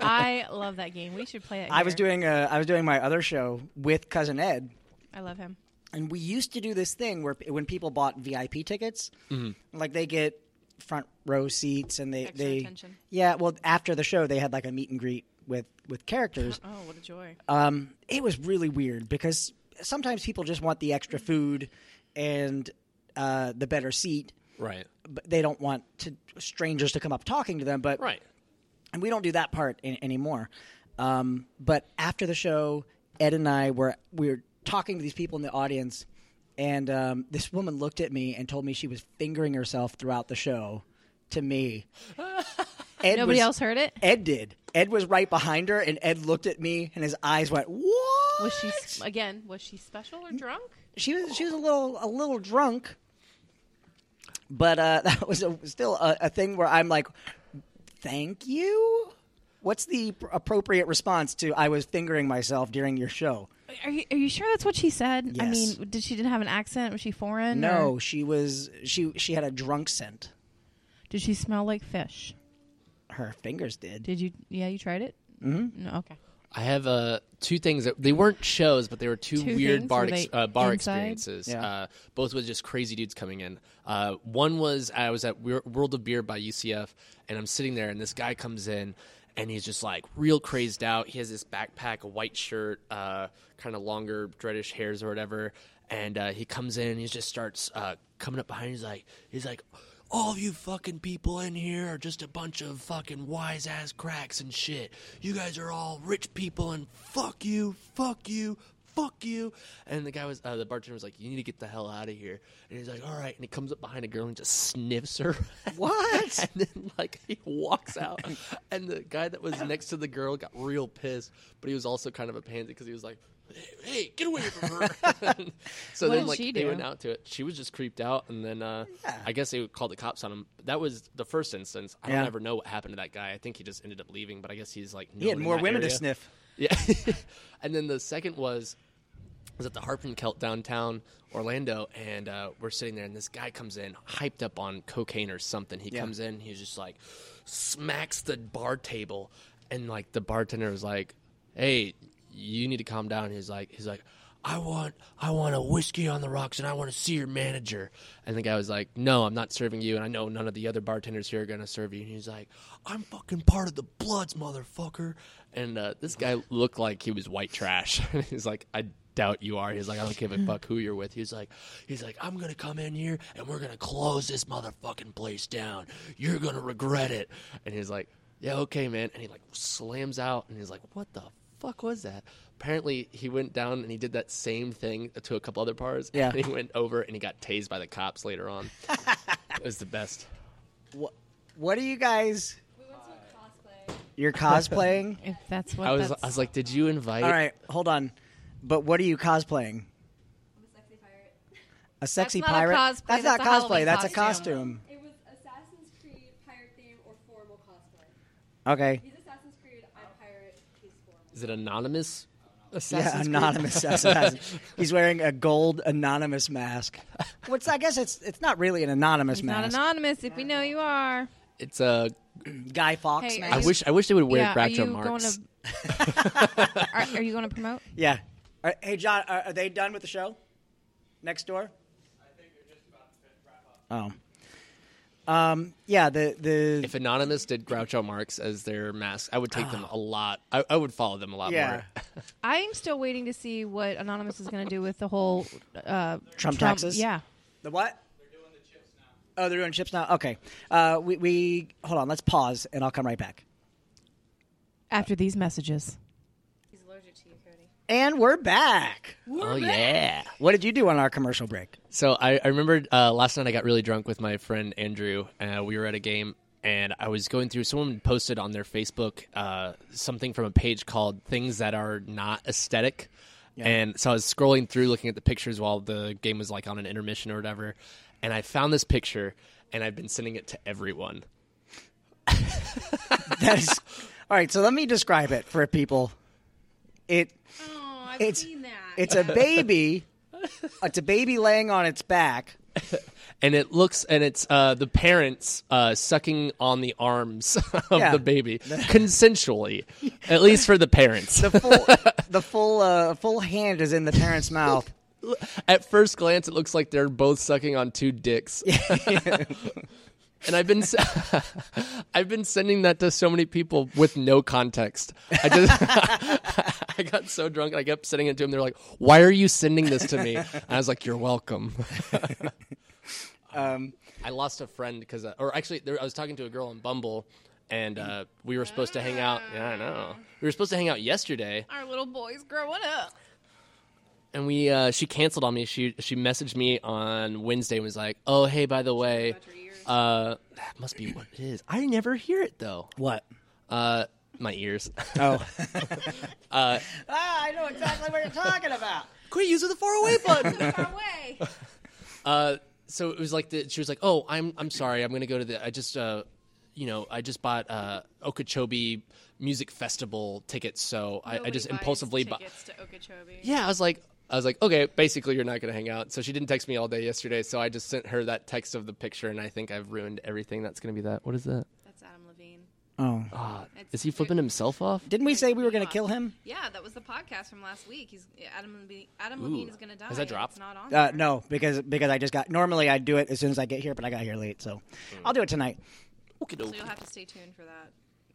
Speaker 2: I love that game. We should play it.
Speaker 1: I was
Speaker 2: here.
Speaker 1: doing uh, I was doing my other show with cousin Ed,
Speaker 2: I love him.
Speaker 1: and we used to do this thing where p- when people bought VIP tickets, like they get front row seats and they
Speaker 2: Extra
Speaker 1: they
Speaker 2: attention.
Speaker 1: yeah. Well, after the show, they had like a meet and greet with with characters.
Speaker 2: Oh, what a joy!
Speaker 1: um, it was really weird because sometimes people just want the extra
Speaker 2: Mm-hmm.
Speaker 1: food and uh, the better seat,
Speaker 3: right.
Speaker 1: but they don't want to strangers to come up talking to them. But
Speaker 3: Right.
Speaker 1: and we don't do that part in, anymore. Um, but after the show, Ed and I were we were talking to these people in the audience, and um, this woman looked at me and told me she was fingering herself throughout the show to me. Ed
Speaker 2: Nobody
Speaker 1: was-
Speaker 2: else heard it.
Speaker 1: Ed did. Ed was right behind her, and Ed looked at me, and his eyes went. What?
Speaker 2: Was she s- again? Was she special or drunk?
Speaker 1: she was she was a little a little drunk, but uh, that was a, still a, a thing where I'm like, thank you. What's the pr- appropriate response to I was fingering myself during your show?
Speaker 2: Are you, are you sure that's what she said? I
Speaker 1: Yes.
Speaker 2: mean, did she didn't have an accent? Was she foreign?
Speaker 1: No,
Speaker 2: or
Speaker 1: she was she she had a drunk scent.
Speaker 2: did she smell like fish?
Speaker 1: Her fingers did.
Speaker 2: Did you? Yeah, you tried it. Mm-hmm. No, okay.
Speaker 3: I have uh, two things that they weren't shows, but they were two,
Speaker 4: Two
Speaker 3: weird
Speaker 4: things?
Speaker 3: bar
Speaker 4: Were
Speaker 3: ex-
Speaker 4: they
Speaker 3: uh, bar
Speaker 4: inside?
Speaker 3: experiences.
Speaker 1: Yeah.
Speaker 3: Uh, both with just crazy dudes coming in. Uh, one was I was at Weir- World of Beer by UCF, and I'm sitting there, and this guy comes in, and he's just like real crazed out. He has this backpack, a white shirt, uh, kind of longer dreadish hairs or whatever, and uh, he comes in, and he just starts uh, coming up behind. He's like, he's like all of you fucking people in here are just a bunch of fucking wise ass cracks and shit. You guys are all rich people and fuck you, fuck you, fuck you. And the guy was, uh, the bartender was like, you need to get the hell out of here. And he's like, all right. And he comes up behind a girl and just sniffs her.
Speaker 1: What?
Speaker 3: and then, like, he walks out. and the guy that was next to the girl got real pissed, but he was also kind of a pansy because he was like, "Hey, hey, get away from her. so
Speaker 4: What
Speaker 3: then,
Speaker 4: did
Speaker 3: like,
Speaker 4: she
Speaker 3: they
Speaker 4: do?
Speaker 3: went out out to it. She was just creeped out, and then uh, I guess they called the cops on him. That was the first instance. I
Speaker 1: Yeah.
Speaker 3: don't ever know what happened to that guy. I think he just ended up leaving, but I guess he's like
Speaker 1: He had
Speaker 3: known in
Speaker 1: more
Speaker 3: that
Speaker 1: women to
Speaker 3: area.
Speaker 1: sniff.
Speaker 3: Yeah. and then the second was was at the Harp and Kelt downtown Orlando, and uh, we're sitting there, and this guy comes in hyped up on cocaine or something. He
Speaker 1: Yeah.
Speaker 3: comes in, he's just like smacks the bar table, and like the bartender was like, "Hey, you need to calm down." He's like, he's like. I want I want a whiskey on the rocks and I want to see your manager. And the guy was like, "No, I'm not serving you and I know none of the other bartenders here are going to serve you." And he's like, "I'm fucking part of the Bloods, motherfucker." And uh, this guy looked like he was white trash. And he's like, "I doubt you are. He's like, I don't give a fuck who you're with. He's like, he's like, I'm gonna come in here and we're gonna close this motherfucking place down. You're gonna regret it. And he's like, Yeah, okay, man. And he like slams out and he's like, What the fuck was that? Apparently, he went down and he did that same thing to a couple other bars.
Speaker 1: Yeah.
Speaker 3: And he went over and he got tased by the cops later on. it was the best.
Speaker 1: What, what are you guys?
Speaker 2: We went to cosplay.
Speaker 1: You're cosplaying.
Speaker 4: If that's what
Speaker 3: I was,
Speaker 4: that's-
Speaker 3: I was like, Did you invite?
Speaker 1: All right, hold on. But what are you cosplaying?
Speaker 5: I'm a sexy pirate.
Speaker 1: A sexy
Speaker 2: not a
Speaker 1: pirate?
Speaker 2: cosplay,
Speaker 1: that's,
Speaker 2: that's
Speaker 1: not
Speaker 2: a
Speaker 1: cosplay.
Speaker 2: Halloween
Speaker 1: That's a costume.
Speaker 2: costume.
Speaker 5: It was Assassin's Creed pirate theme or formal cosplay.
Speaker 1: Okay.
Speaker 5: He's Assassin's Creed. I'm pirate. He's formal.
Speaker 3: Is it anonymous?
Speaker 1: Yeah,
Speaker 3: Assassin's Creed?
Speaker 1: anonymous assassin. He's wearing a gold anonymous mask. Which I guess it's it's not really an anonymous
Speaker 2: It's not
Speaker 1: mask.
Speaker 2: anonymous if we know you are.
Speaker 3: It's a.
Speaker 1: Guy Fox
Speaker 2: Hey, are
Speaker 1: mask.
Speaker 3: I
Speaker 2: you-
Speaker 3: wish I wish they would wear
Speaker 2: yeah, are
Speaker 3: Groucho
Speaker 2: you
Speaker 3: Marx.
Speaker 2: going to? are, are you going to promote?
Speaker 1: Yeah. All right, hey, John, are, are they done with the show? Next door? I think they're just about to wrap up. Oh. Um, yeah, the, the
Speaker 3: If Anonymous did Groucho Marx as their mask, I would take them a lot. I, I would follow them a lot
Speaker 1: yeah.
Speaker 3: more.
Speaker 2: I am still waiting to see what Anonymous is going to do with the whole uh,
Speaker 1: Trump taxes?
Speaker 2: Yeah,
Speaker 1: The what? Oh, they're doing chips now. Okay, uh, we, we hold on. Let's pause, and I'll come right back.
Speaker 4: after these messages.
Speaker 5: He's allergic to you, Cody.
Speaker 1: And we're back.
Speaker 3: oh yeah.
Speaker 1: What did you do on our commercial break?
Speaker 3: So I, I remember uh, last night I got really drunk with my friend Andrew. Uh, we were at a game, and I was going through. Someone posted on their Facebook uh, something from a page called "Things That Are Not Aesthetic," and so I was scrolling through, looking at the pictures while the game was like on an intermission or whatever, and I found this picture, and I've been sending it to everyone.
Speaker 1: That is all right. So let me describe it for people. It
Speaker 5: Oh, I've
Speaker 1: It's-
Speaker 5: seen that.
Speaker 1: it's a baby. it's a baby laying on its back.
Speaker 3: and it looks and it's uh, the parents uh, sucking on the arms of
Speaker 1: Yeah.
Speaker 3: the baby consensually at least for the parents
Speaker 1: The full the full uh, full hand is in the parent's mouth.
Speaker 3: at first glance it looks like they're both sucking on two dicks and i've been s- i've been sending that to so many people with no context i just i got so drunk and i kept sending it to them they're like why are you sending this to me and i was like you're welcome I lost a friend because, uh, or actually, there, I was talking to a girl on Bumble, and uh, we were supposed to hang out. Yeah, I know. We were supposed to hang out yesterday,
Speaker 2: our little boys growing up.
Speaker 3: and we uh, she canceled on me. She she messaged me on Wednesday and was like, "Oh, hey, by the way, uh, that must be what it is." I never hear it though.
Speaker 1: What?
Speaker 3: Uh, my ears.
Speaker 1: Oh. ah, I know exactly what you're talking about.
Speaker 3: Quit using the far away button.
Speaker 5: far away.
Speaker 3: Uh, so it was like the, she was like, "Oh, I'm I'm sorry. I'm gonna go to the. I just uh, you know, I just bought uh Okeechobee Music Festival tickets. So I, I just impulsively bought.
Speaker 2: to Okeechobee.
Speaker 3: Yeah, I was like, I was like, okay, basically you're not gonna hang out. So she didn't text me all day yesterday. So I just sent her that text of the picture, and I think I've ruined everything. That's gonna be that. What is that?
Speaker 2: That's Adam Levine.
Speaker 1: Oh.
Speaker 3: Ah,
Speaker 2: It's-
Speaker 3: is he flipping himself off?
Speaker 1: Didn't we say we were going
Speaker 2: Elon.
Speaker 1: to kill him?
Speaker 2: Yeah, that was the podcast from last week. He's Adam Levine, Adam
Speaker 3: Ooh.
Speaker 2: Levine is going to die.
Speaker 3: Has that
Speaker 2: and
Speaker 3: dropped?
Speaker 2: It's not on.
Speaker 1: Uh,
Speaker 2: there.
Speaker 1: no, because because I just got. Normally I do it as soon as I get here, but I got here late, so I'll do it tonight.
Speaker 2: So you'll have to stay tuned for that.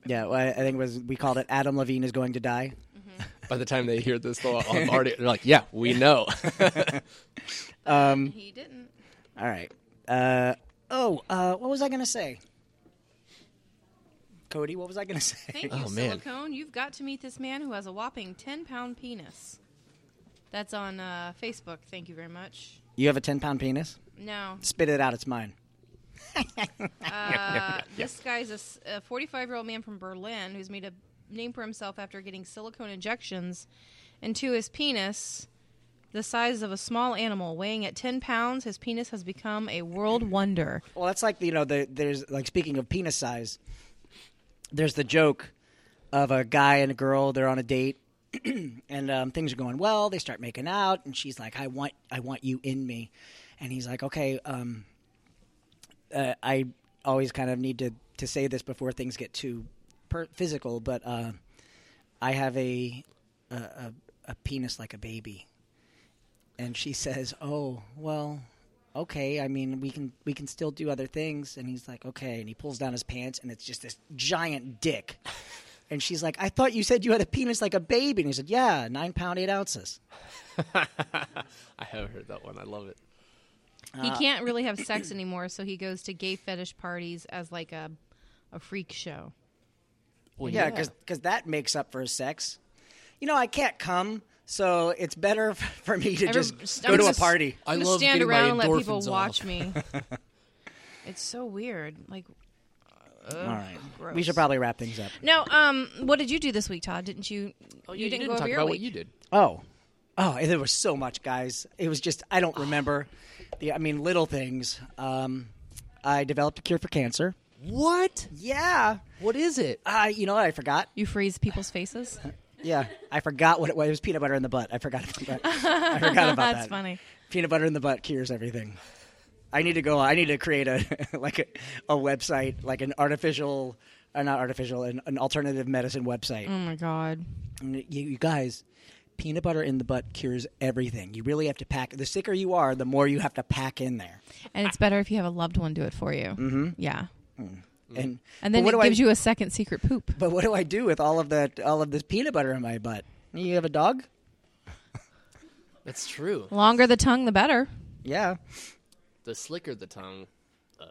Speaker 1: Yeah, well, I I think it was we called it Adam Levine is going to die.
Speaker 3: By the time they hear this, they'll I'm already they're like, yeah, we know. Mm.
Speaker 2: And he didn't.
Speaker 1: All right. Uh, oh, uh, what was I going to say? Cody, what was I going to say?
Speaker 2: Thank you,
Speaker 3: Oh, man.
Speaker 2: silicone. You've got to meet this man who has a whopping ten pound penis. That's on uh, Facebook. Thank you very much.
Speaker 1: You have a 10 pound penis?
Speaker 2: No,
Speaker 1: Spit it out, it's mine.
Speaker 2: uh, this guy's a s- a 45 year old man from Berlin who's made a name for himself after getting silicone injections into his penis, the size of a small animal, weighing at 10 pounds. His penis has become a world wonder.
Speaker 1: Well, that's like you know, the, there's like speaking of penis size. There's the joke of a guy and a girl. They're on a date, and um, things are going well. They start making out, and she's like, "I want, I want you in me," and he's like, "Okay, um, uh, I always kind of need to to say this before things get too per- physical, but uh, I have a a, a a penis like a baby," and she says, "Oh, well." okay i mean we can we can still do other things and he's like okay and he pulls down his pants and it's just this giant dick and she's like i thought you said you had a penis like a baby and he said yeah nine pound eight ounces
Speaker 3: I have heard that one. I love it.
Speaker 2: He
Speaker 1: Uh,
Speaker 2: can't really have sex anymore, so he goes to gay fetish parties as like a, a freak show.
Speaker 3: Well,
Speaker 1: yeah because that makes up for his sex you know i can't come so it's better f- for me to
Speaker 2: Every-
Speaker 1: just
Speaker 2: I'm
Speaker 1: go to a
Speaker 2: just-
Speaker 1: party
Speaker 2: I'm
Speaker 3: I
Speaker 2: gonna
Speaker 3: love
Speaker 2: stand
Speaker 3: getting my
Speaker 2: around and let people
Speaker 3: endorphins
Speaker 2: watch
Speaker 3: off.
Speaker 2: me. it's so weird. Like,
Speaker 1: all right
Speaker 2: gross.
Speaker 1: we should probably wrap things up
Speaker 2: no. Um, what did you do this week, Todd? Didn't you? Oh,
Speaker 3: you, didn't,
Speaker 2: go
Speaker 3: talk
Speaker 2: over your
Speaker 3: about
Speaker 2: week.
Speaker 3: what you did.
Speaker 1: Oh, oh, and there was so much, guys. It was just I don't remember. The I mean, little things. Um, I developed a cure for cancer.
Speaker 3: What?
Speaker 1: Yeah.
Speaker 3: What is it?
Speaker 1: Uh, you know what? I forgot.
Speaker 2: You freeze people's faces.
Speaker 1: Yeah, I forgot what it was. It was peanut butter in the butt. I forgot about that. I forgot about
Speaker 2: That's
Speaker 1: that.
Speaker 2: funny.
Speaker 1: Peanut butter in the butt cures everything. I need to go. I need to create a like a, a website, like an artificial, uh, not artificial, an, an alternative medicine website.
Speaker 2: Oh my god.
Speaker 1: And you, you guys, peanut butter in the butt cures everything. You really have to pack. The sicker you are, the more you have to pack in there.
Speaker 4: And it's better if you have a loved one do it for you. Mm-hmm. Yeah.
Speaker 1: And
Speaker 4: And then
Speaker 1: but
Speaker 4: it
Speaker 1: what do
Speaker 4: gives
Speaker 1: I,
Speaker 4: you a second secret poop.
Speaker 1: But what do I do with all of that? All of this peanut butter in my butt? You have a dog?
Speaker 3: That's true.
Speaker 4: Longer the tongue, the better.
Speaker 1: Yeah.
Speaker 3: The slicker the tongue, uh,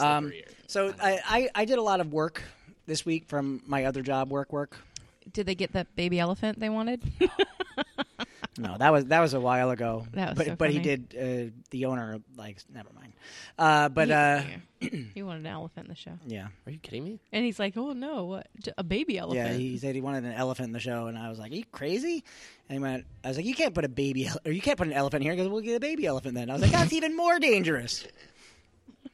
Speaker 1: Um,
Speaker 3: slipperier.
Speaker 1: so I, I I did a lot of work this week from my other job, work work.
Speaker 4: Did they get that baby elephant they wanted?
Speaker 1: No, that was that was a while ago.
Speaker 4: That was
Speaker 1: but
Speaker 4: so
Speaker 1: but he
Speaker 4: funny.
Speaker 1: did uh, the owner like never mind. Uh, but uh,
Speaker 4: you wanted an elephant in the show.
Speaker 1: yeah.
Speaker 3: Are you kidding me?
Speaker 4: And he's like, oh no, what? J- A baby elephant.
Speaker 1: Yeah, he said he wanted an elephant in the show, and I was like, "Are you crazy?" And he went, "I was like, you can't put a baby ele- or you can't put an elephant here because we'll get a baby elephant then." I was like, "That's even more dangerous."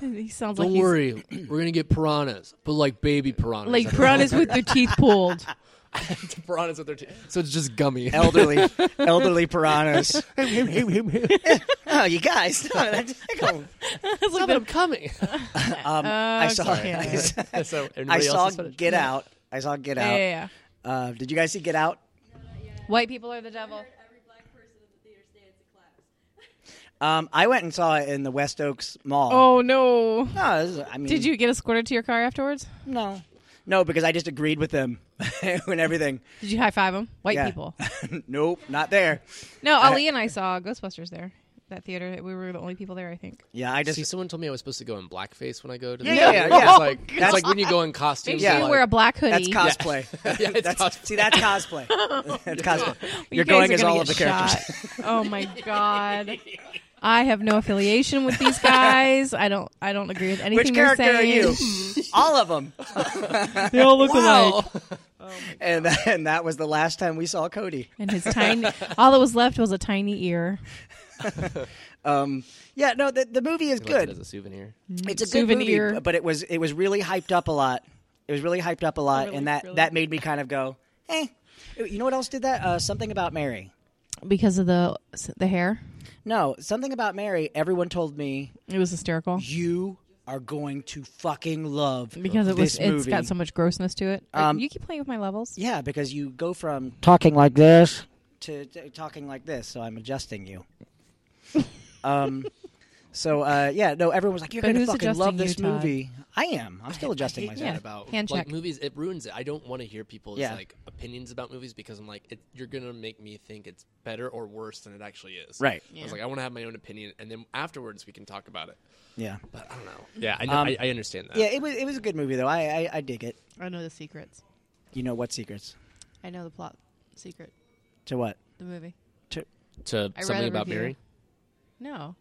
Speaker 4: He sounds
Speaker 3: Don't
Speaker 4: like he's
Speaker 3: worry, we're gonna get piranhas, but like baby piranhas,
Speaker 4: like piranhas with their teeth pulled.
Speaker 3: piranhas with their teeth. So it's just gummy.
Speaker 1: Elderly, elderly piranhas. oh, you guys! No, that's tickle.
Speaker 3: Stop it! I'm coming.
Speaker 1: Um, I saw.
Speaker 4: Okay.
Speaker 1: I, saw-
Speaker 3: so
Speaker 1: I
Speaker 3: everybody
Speaker 1: saw
Speaker 3: else's footage?
Speaker 1: Get Out. I saw Get
Speaker 4: Yeah,
Speaker 1: Out.
Speaker 4: yeah,
Speaker 1: Uh, did you guys see Get Out?
Speaker 4: yeah. White people are the devil.
Speaker 5: Heard every black person in the theater stands and claps.
Speaker 1: Um, I went and saw it in the West Oaks Mall.
Speaker 4: Oh no!
Speaker 1: No, this is- I mean,
Speaker 4: Did you get escorted to your car afterwards?
Speaker 1: No, no, because I just agreed with them and everything.
Speaker 4: Did you high five them? White
Speaker 1: Yeah.
Speaker 4: people.
Speaker 1: nope, not there.
Speaker 4: No, Ali and I saw Ghostbusters there. That theater, we were the only people there. I think.
Speaker 1: Yeah, I
Speaker 3: See,
Speaker 1: just
Speaker 3: someone told me I was supposed to go in blackface when I go to the
Speaker 1: Yeah, yeah,
Speaker 3: theater.
Speaker 1: yeah, yeah.
Speaker 3: It's like it's
Speaker 1: Oh,
Speaker 3: like when you go in costume.
Speaker 4: Make
Speaker 1: Yeah.
Speaker 4: sure you wear a black hoodie.
Speaker 1: That's cosplay.
Speaker 3: Yeah, it's
Speaker 1: that's,
Speaker 3: cosplay.
Speaker 1: See, that's cosplay. that's cosplay.
Speaker 4: You
Speaker 1: You're
Speaker 4: guys
Speaker 1: going
Speaker 4: are
Speaker 1: as
Speaker 4: gonna
Speaker 1: all
Speaker 4: get
Speaker 1: of the characters.
Speaker 4: shot. oh my god! I have no affiliation with these guys. I don't. I don't agree with anything
Speaker 1: Which
Speaker 4: they're
Speaker 1: character
Speaker 4: saying.
Speaker 1: are you? all of them.
Speaker 4: They all look alike.
Speaker 1: And that, and that was the last time we saw Cody.
Speaker 4: And his tiny. All that was left was a tiny ear.
Speaker 1: Um, yeah, no, the, the movie is
Speaker 3: Good as
Speaker 1: good.
Speaker 3: a souvenir.
Speaker 1: It's a
Speaker 4: Souvenir.
Speaker 1: good movie, but it was it was really hyped up a lot. It was really hyped up a lot,
Speaker 4: Really,
Speaker 1: and that
Speaker 4: really.
Speaker 1: that made me kind of go, eh. You know what else did that? Uh, something about Mary.
Speaker 4: Because of the the hair,
Speaker 1: No, something about Mary. Everyone told me
Speaker 4: it was hysterical.
Speaker 1: you are going to fucking love
Speaker 2: because it was
Speaker 1: this movie.
Speaker 2: it's got so much grossness to it.
Speaker 1: Um,
Speaker 2: you keep playing with my levels.
Speaker 1: Yeah, because you go from talking like this to t- talking like this, so I'm adjusting you. um, so uh, yeah, no, everyone was like, "You're
Speaker 2: But
Speaker 1: gonna
Speaker 2: who's
Speaker 1: fucking love
Speaker 2: adjusting
Speaker 1: this
Speaker 2: you, Todd?
Speaker 1: movie." I am. I'm still adjusting
Speaker 3: I hate
Speaker 1: myself.
Speaker 3: that about
Speaker 2: Hand
Speaker 3: like
Speaker 2: check.
Speaker 3: movies. It ruins it. I don't want to hear people's
Speaker 1: Yeah.
Speaker 3: like opinions about movies because I'm like, it, you're gonna make me think it's better or worse than it actually is.
Speaker 1: Right.
Speaker 3: I was like, I want to have my own opinion, and then afterwards we can talk about it.
Speaker 1: Yeah.
Speaker 3: But uh, I don't know. Yeah, I know.
Speaker 1: Um,
Speaker 3: I, I understand that.
Speaker 1: Yeah. It was. It was a good movie though. I. I, I dig it.
Speaker 6: I know the secrets.
Speaker 1: You know what secrets
Speaker 6: I know the plot secret.
Speaker 1: to what?
Speaker 6: The movie.
Speaker 3: To
Speaker 6: I read
Speaker 3: something
Speaker 6: a
Speaker 3: about
Speaker 6: review.
Speaker 3: Mary.
Speaker 6: No,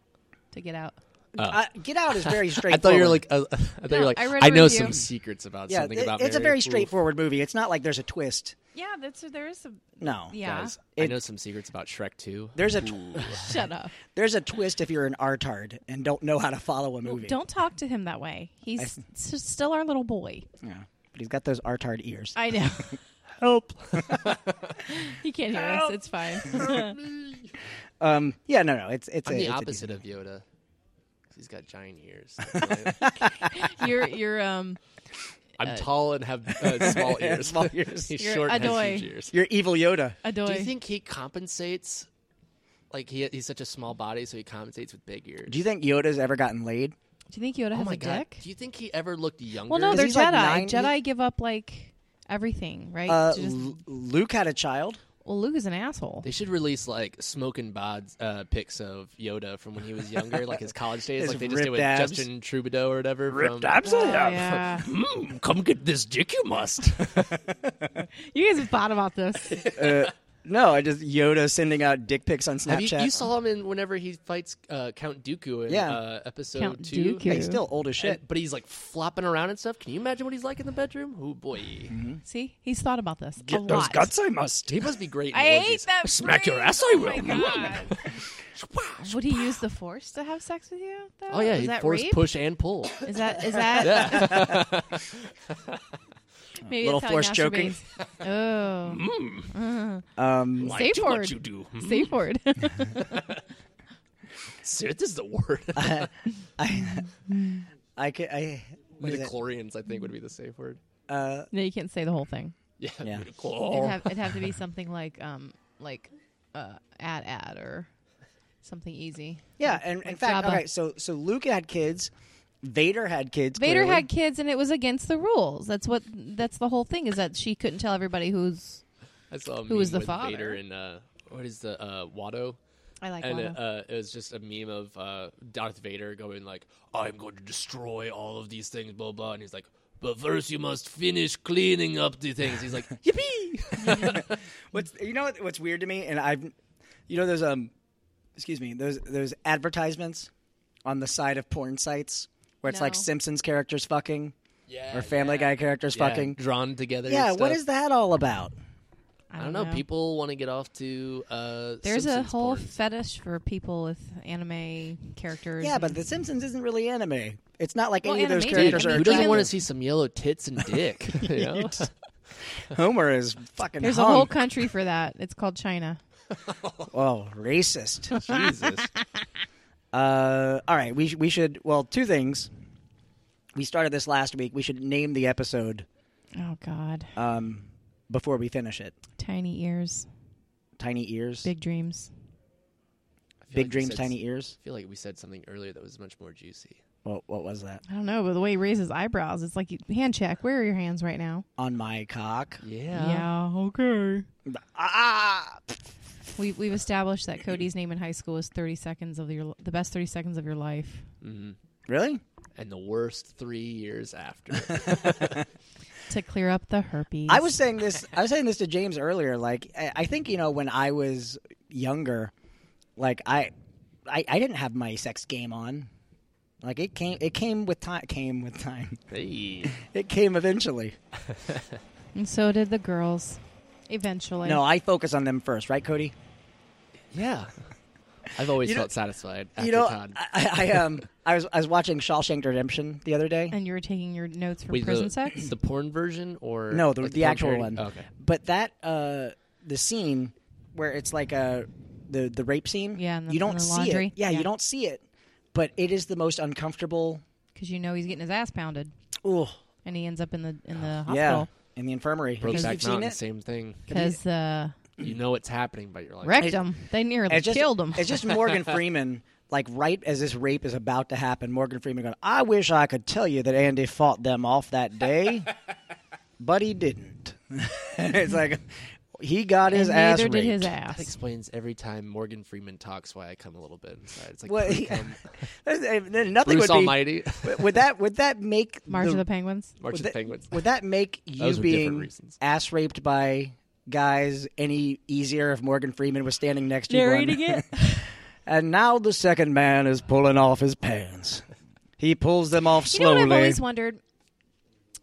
Speaker 6: to get out.
Speaker 1: Uh, Get Out is very
Speaker 3: Oh. I
Speaker 1: straightforward.
Speaker 3: thought you were like. Uh, I thought you were
Speaker 6: No,
Speaker 3: like.
Speaker 6: I read
Speaker 3: I,
Speaker 6: a
Speaker 3: know
Speaker 6: review.
Speaker 3: some secrets about
Speaker 1: yeah.
Speaker 3: something
Speaker 1: it-
Speaker 3: about Mary.
Speaker 1: it's a very
Speaker 3: Oof.
Speaker 1: straightforward movie. It's not like there's a twist.
Speaker 6: Yeah, that's there is a
Speaker 1: No.
Speaker 6: yeah.
Speaker 3: Guys, I
Speaker 1: It-
Speaker 3: know some secrets about Shrek too.
Speaker 1: There's a tw-
Speaker 2: Shut up.
Speaker 1: there's a twist if you're an artard and don't know how to follow a
Speaker 2: Well,
Speaker 1: movie.
Speaker 2: don't talk to him that way. He's s- still our little boy.
Speaker 1: Yeah. But he's got those artard ears.
Speaker 2: I know.
Speaker 1: Help.
Speaker 2: he can't hear us. It's fine.
Speaker 1: Um. Yeah. No. No. It's it's
Speaker 3: I'm
Speaker 1: a,
Speaker 3: the
Speaker 1: it's a
Speaker 3: opposite
Speaker 1: decent-
Speaker 3: of Yoda. 'Cause He's got giant ears.
Speaker 2: you're you're um
Speaker 3: I'm tall and have uh, small ears.
Speaker 1: Small ears.
Speaker 3: He's
Speaker 2: You're
Speaker 3: short and
Speaker 2: Adoy.
Speaker 3: has huge ears.
Speaker 1: You're evil Yoda.
Speaker 2: adoy.
Speaker 3: Do you think he compensates? Like he he's such a small body, so he compensates with big ears.
Speaker 1: Do you think Yoda's ever gotten laid?
Speaker 2: Do you think Yoda
Speaker 3: oh
Speaker 2: has
Speaker 3: my
Speaker 2: a
Speaker 3: god!
Speaker 2: dick?
Speaker 3: Do you think he ever looked younger?
Speaker 2: Well, no,
Speaker 1: Because
Speaker 2: they're
Speaker 1: he's like
Speaker 2: Jedi.
Speaker 1: nine-
Speaker 2: Jedi give up like everything, right?
Speaker 1: Uh,
Speaker 2: To just-
Speaker 1: L- Luke had a child.
Speaker 2: well, Luke is an asshole.
Speaker 3: they should release like smoke and bods uh, pics of Yoda from when he was younger, like his college days,
Speaker 1: His
Speaker 3: like they just
Speaker 1: ripped
Speaker 3: did with
Speaker 1: abs.
Speaker 3: Justin Trudeau or whatever. from,
Speaker 2: Oh, yeah.
Speaker 3: "Mm, come get this dick, you must.
Speaker 2: you guys have thought about this.
Speaker 1: No, I just Yoda sending out dick pics on
Speaker 3: Have you,
Speaker 1: Snapchat.
Speaker 3: you saw him in whenever he fights uh, Count Dooku in
Speaker 1: Yeah.
Speaker 3: uh, episode
Speaker 2: Count
Speaker 3: two.
Speaker 2: Dooku.
Speaker 1: He's still old as shit.
Speaker 3: And- but he's like flopping around and stuff. Can you imagine what he's like in the bedroom? Oh boy,
Speaker 2: See, he's thought about this a lot.
Speaker 1: I must.
Speaker 3: he must be great. In
Speaker 6: I hate
Speaker 3: onesies.
Speaker 6: that.
Speaker 3: Smack your
Speaker 6: phrase.
Speaker 3: ass, I
Speaker 6: Oh my
Speaker 3: will.
Speaker 6: God.
Speaker 2: Would he use the Force to have sex with you? Though?
Speaker 3: Oh yeah,
Speaker 2: is
Speaker 3: he
Speaker 2: that
Speaker 3: force
Speaker 2: rape?
Speaker 3: push and pull.
Speaker 2: Is that is that maybe
Speaker 1: Little
Speaker 2: that's how
Speaker 1: force
Speaker 2: he
Speaker 1: choking.
Speaker 2: masturbates. Oh,
Speaker 3: Mm-hmm.
Speaker 1: Um,
Speaker 3: I
Speaker 2: Safe
Speaker 3: do what
Speaker 2: word.
Speaker 3: you do. Hmm?
Speaker 2: safe word.
Speaker 3: Sith is the word.
Speaker 1: I, I, ca- I, what is it?
Speaker 3: Midichlorians, I think, would be the safe word.
Speaker 1: Uh,
Speaker 2: no, you can't say the whole thing.
Speaker 3: Yeah,
Speaker 1: Yeah.
Speaker 2: It'd
Speaker 3: midichlor-
Speaker 2: have, it'd have to be something like um like uh ad ad or something easy.
Speaker 1: yeah, and in
Speaker 2: Like
Speaker 1: fact,
Speaker 2: Jabba.
Speaker 1: all right. So, so Luke had kids. Vader had kids.
Speaker 2: Vader
Speaker 1: clearly.
Speaker 2: had kids and it was against the rules. That's what that's the whole thing is that she couldn't tell everybody who's
Speaker 3: I saw a
Speaker 2: Who
Speaker 3: meme
Speaker 2: was the
Speaker 3: with
Speaker 2: father?
Speaker 3: Vader and uh, what is the uh, Watto?
Speaker 2: I like
Speaker 3: and
Speaker 2: Watto.
Speaker 3: Uh, it was just a meme of uh, Darth Vader going like, "I'm going to destroy all of these things," blah blah, and he's like. But first, you must finish cleaning up the things. He's like, "Yippee!"
Speaker 1: What's you know what- what's weird to me, and I've, you know, those um, excuse me, those those advertisements on the side of porn sites where it's like
Speaker 2: No.
Speaker 1: Simpsons characters fucking
Speaker 3: Yeah,
Speaker 1: or Family Guy characters
Speaker 3: Yeah,
Speaker 1: fucking.
Speaker 3: drawn together.
Speaker 1: Yeah,
Speaker 3: and
Speaker 1: what
Speaker 3: stuff.
Speaker 1: is that all about?
Speaker 3: I don't know. People want to get off to. Uh,
Speaker 2: There's
Speaker 3: Simpsons
Speaker 2: a whole
Speaker 3: porn.
Speaker 2: fetish for people with anime characters.
Speaker 1: Yeah, but
Speaker 2: and-
Speaker 1: The Simpsons isn't really anime. It's not like
Speaker 2: Well,
Speaker 1: any of those
Speaker 2: animated,
Speaker 1: characters
Speaker 2: I mean,
Speaker 1: are.
Speaker 3: Who doesn't
Speaker 2: even-
Speaker 3: want to see some yellow tits and dick? you know?
Speaker 1: Homer is fucking.
Speaker 2: there's a
Speaker 1: hung.
Speaker 2: whole country for that. It's called China.
Speaker 1: Oh, racist.
Speaker 3: Jesus.
Speaker 1: uh, all right, we sh- we should. Well, two things. We started this last week. We should name the episode
Speaker 2: Oh God,
Speaker 3: Uh,
Speaker 1: um, before we finish it.
Speaker 2: tiny ears,
Speaker 1: Tiny ears,
Speaker 2: big dreams.
Speaker 1: big dreams, tiny ears.
Speaker 3: I feel like we said something earlier that was much more juicy.
Speaker 1: What what was that?
Speaker 2: I don't know, but the way he raises eyebrows, it's like hand check. Where are your hands right now?
Speaker 1: On my cock.
Speaker 3: Yeah.
Speaker 2: okay.
Speaker 1: Ah!
Speaker 2: We we've established that Cody's name in high school is 30 seconds of your the best 30 seconds of your life.
Speaker 1: Really?
Speaker 3: And the worst three years after.
Speaker 2: to clear up the herpes.
Speaker 1: I was saying this. I was saying this to James earlier. Like, I, I think you know when I was younger, like I, I, I didn't have my sex game on. Like it came. It came with time. Came with time.
Speaker 3: hey.
Speaker 1: It came eventually.
Speaker 2: and so did the girls. Eventually,
Speaker 1: No, I focus on them first, right, Cody?
Speaker 3: Yeah. I've always
Speaker 1: You know-
Speaker 3: felt satisfied after
Speaker 1: you know, I,
Speaker 3: Todd.
Speaker 1: I, I um, I was I was watching Shawshank Redemption the other day.
Speaker 2: and you were taking your notes from
Speaker 3: Wait,
Speaker 2: prison
Speaker 3: the,
Speaker 2: sex.
Speaker 3: The porn version or
Speaker 1: No, the,
Speaker 3: like
Speaker 1: the
Speaker 3: porn
Speaker 1: actual
Speaker 3: parody?
Speaker 1: one.
Speaker 3: Okay.
Speaker 1: But that uh, the scene where it's like a the the rape scene.
Speaker 2: Yeah, and the-
Speaker 1: you don't
Speaker 2: and the
Speaker 1: see it.
Speaker 2: laundry.
Speaker 1: Yeah,
Speaker 2: Yeah.
Speaker 1: you don't see it, but it is the most uncomfortable
Speaker 2: because you know he's getting his ass pounded,
Speaker 1: Ooh,
Speaker 2: and he ends up in the in the
Speaker 1: yeah,
Speaker 2: hospital
Speaker 1: in the infirmary. Because
Speaker 3: Brokeback
Speaker 1: you've seen
Speaker 3: Mountain,
Speaker 1: it.
Speaker 3: same thing.
Speaker 2: because uh,
Speaker 3: You know it's happening, but you're like,
Speaker 2: wrecked him. They nearly
Speaker 1: It's just,
Speaker 2: killed him.
Speaker 1: It's just Morgan Freeman, like right as this rape is about to happen, Morgan Freeman going, I wish I could tell you that Andy fought them off that day, but he didn't. it's like he got his
Speaker 2: and
Speaker 1: ass
Speaker 2: neither did his
Speaker 1: raped.
Speaker 3: That
Speaker 2: ass.
Speaker 3: explains every time Morgan Freeman talks why I come a little bit inside. It's like
Speaker 1: Well,
Speaker 3: Bruce
Speaker 1: yeah.
Speaker 3: come-
Speaker 1: Nothing
Speaker 3: Bruce
Speaker 1: would be.
Speaker 3: Almighty,
Speaker 1: Would that would that make
Speaker 2: March
Speaker 1: the,
Speaker 2: of the Penguins.
Speaker 3: March of
Speaker 1: would
Speaker 3: the
Speaker 1: that,
Speaker 3: Penguins.
Speaker 1: would that make you
Speaker 3: Those were different
Speaker 1: being
Speaker 3: reasons.
Speaker 1: ass raped by guys any easier if Morgan Freeman was standing next to you? going,
Speaker 2: it.
Speaker 1: And now the second man is pulling off his pants. He pulls them off
Speaker 2: You know
Speaker 1: slowly.
Speaker 2: what I've always wondered?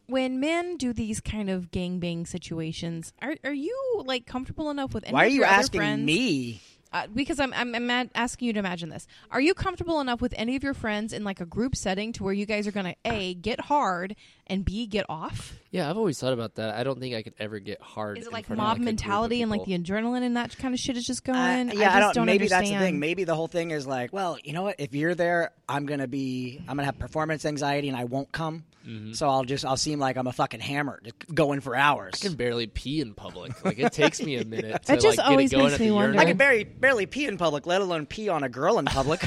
Speaker 2: When men do these kind of gangbang situations, are are you like comfortable enough with? Any
Speaker 1: Why are
Speaker 2: of
Speaker 1: you
Speaker 2: your other
Speaker 1: asking
Speaker 2: friends?
Speaker 1: me?
Speaker 2: Uh, because I'm I'm, I'm ad- asking you to imagine this. Are you comfortable enough with any of your friends in like a group setting to where you guys are going to a get hard and b get off?
Speaker 3: yeah, I've always thought about that. I don't think I could ever get hard.
Speaker 2: Is it
Speaker 3: in
Speaker 2: like
Speaker 3: front of,
Speaker 2: mob
Speaker 3: a group of
Speaker 2: mentality and like
Speaker 3: people.
Speaker 2: the adrenaline and that kind of shit is just going?
Speaker 1: Uh,
Speaker 2: I
Speaker 1: yeah,
Speaker 2: just
Speaker 1: I don't. Maybe
Speaker 2: understand.
Speaker 1: that's the thing. Maybe the whole thing is like, well, you know what? If you're there, I'm gonna be. I'm gonna have performance anxiety, and I won't come.
Speaker 3: Mm-hmm.
Speaker 1: So I'll just. I'll seem like I'm a fucking hammer, just going for hours.
Speaker 3: I can barely pee in public. Like it takes me a minute to
Speaker 2: That just
Speaker 3: like get
Speaker 2: always
Speaker 3: it going
Speaker 2: makes
Speaker 3: at
Speaker 2: me
Speaker 3: the
Speaker 2: wonder.
Speaker 3: urinal.
Speaker 2: I can
Speaker 1: barely barely pee in public, let alone pee on a girl in public.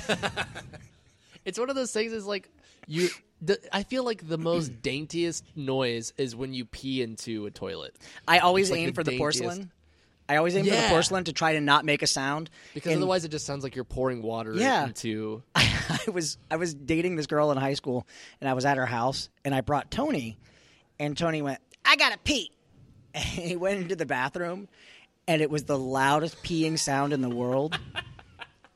Speaker 3: It's one of those things. Is like you. The, I feel like the most daintiest noise is when you pee into a toilet.
Speaker 1: I always
Speaker 3: like
Speaker 1: aim
Speaker 3: the
Speaker 1: for the
Speaker 3: daintiest.
Speaker 1: porcelain. I always aim for the
Speaker 3: Yeah.
Speaker 1: porcelain to try to not make a sound
Speaker 3: Because
Speaker 1: And-
Speaker 3: otherwise, it just sounds like you're pouring water
Speaker 1: Yeah.
Speaker 3: into.
Speaker 1: I was I was dating this girl in high school, and I was at her house, and I brought Tony, and Tony went, "I gotta pee," and he went into the bathroom, and it was the loudest peeing sound in the world.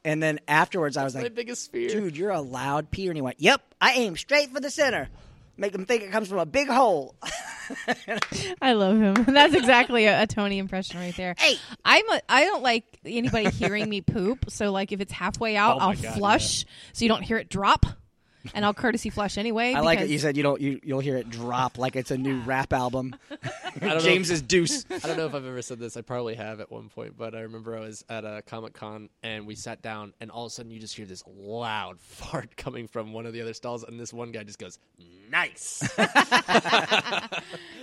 Speaker 1: and then afterwards, I was
Speaker 3: My
Speaker 1: like,
Speaker 3: biggest fear.
Speaker 1: "Dude, you're a loud peer," and he went, "Yep, I aim straight for the center." Make them think it comes from a big hole.
Speaker 2: I love him. That's exactly a, a Tony impression right there.
Speaker 1: Hey.
Speaker 2: I'm a, I don't like anybody hearing me poop. So like if it's halfway out,
Speaker 3: Oh my
Speaker 2: I'll
Speaker 3: God, yeah.
Speaker 2: flush so you don't hear it drop, and I'll courtesy flush anyway.
Speaker 1: I like that
Speaker 2: because-
Speaker 1: you said you don't. You, you'll hear it drop like it's a new rap album.
Speaker 3: I don't know if-
Speaker 1: James's Deuce.
Speaker 3: I don't know if I've ever said this. I probably have at one point, but I remember I was at a Comic Con and we sat down, and all of a sudden you just hear this loud fart coming from one of the other stalls, and this one guy just goes, "Nice."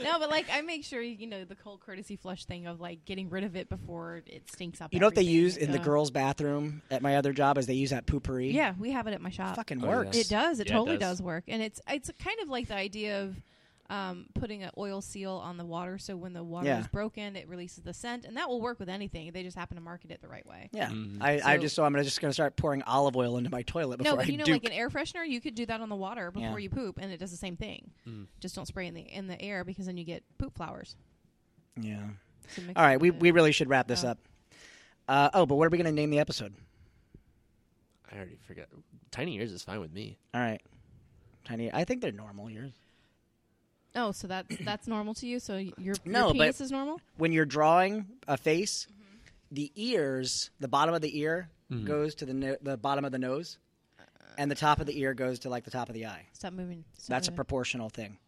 Speaker 2: No, but like I make sure you know the cold courtesy flush thing of like getting rid of it before it stinks up.
Speaker 1: You know what they
Speaker 2: everything.
Speaker 1: use in the
Speaker 2: Uh,
Speaker 1: girls' bathroom at my other job is they use that poopery.
Speaker 2: Yeah, we have it at my shop.
Speaker 1: fucking
Speaker 3: Oh, yeah.
Speaker 1: works.
Speaker 2: It does. It
Speaker 3: Yeah, it
Speaker 2: totally
Speaker 3: does.
Speaker 2: does. work, and it's it's kind of like the idea of um, putting an oil seal on the water, so when the water
Speaker 1: Yeah.
Speaker 2: is broken, it releases the scent, and that will work with anything. They just happen to market it the right way.
Speaker 1: Yeah, I, I
Speaker 2: So-
Speaker 1: just so I'm gonna- just going to start pouring olive oil into my toilet before
Speaker 2: no, but
Speaker 1: I
Speaker 2: you know,
Speaker 1: do.
Speaker 2: like an air freshener, you could do that on the water before
Speaker 1: Yeah.
Speaker 2: you poop, and it does the same thing.
Speaker 3: Mm.
Speaker 2: Just don't spray in the in the air because then you get poop flowers.
Speaker 1: yeah.
Speaker 2: So mix
Speaker 1: All right,
Speaker 2: it
Speaker 1: we
Speaker 2: with-
Speaker 1: we really should wrap this
Speaker 2: Oh.
Speaker 1: up. Uh, oh, but what are we going to name the episode?
Speaker 3: I already forgot. Tiny ears is fine with me.
Speaker 1: All right, tiny. I think they're normal. Yours.
Speaker 2: oh, so that's that's normal to you. So y- your,
Speaker 1: No,
Speaker 2: your
Speaker 1: but-
Speaker 2: penis is normal.
Speaker 1: When you're drawing a face,
Speaker 2: Mm-hmm.
Speaker 1: the ears, the bottom of the ear goes to the no- the bottom of the nose, and the top of the ear goes to like the top of the eye.
Speaker 2: Stop moving. Stop
Speaker 1: That's a
Speaker 2: moving.
Speaker 1: proportional thing.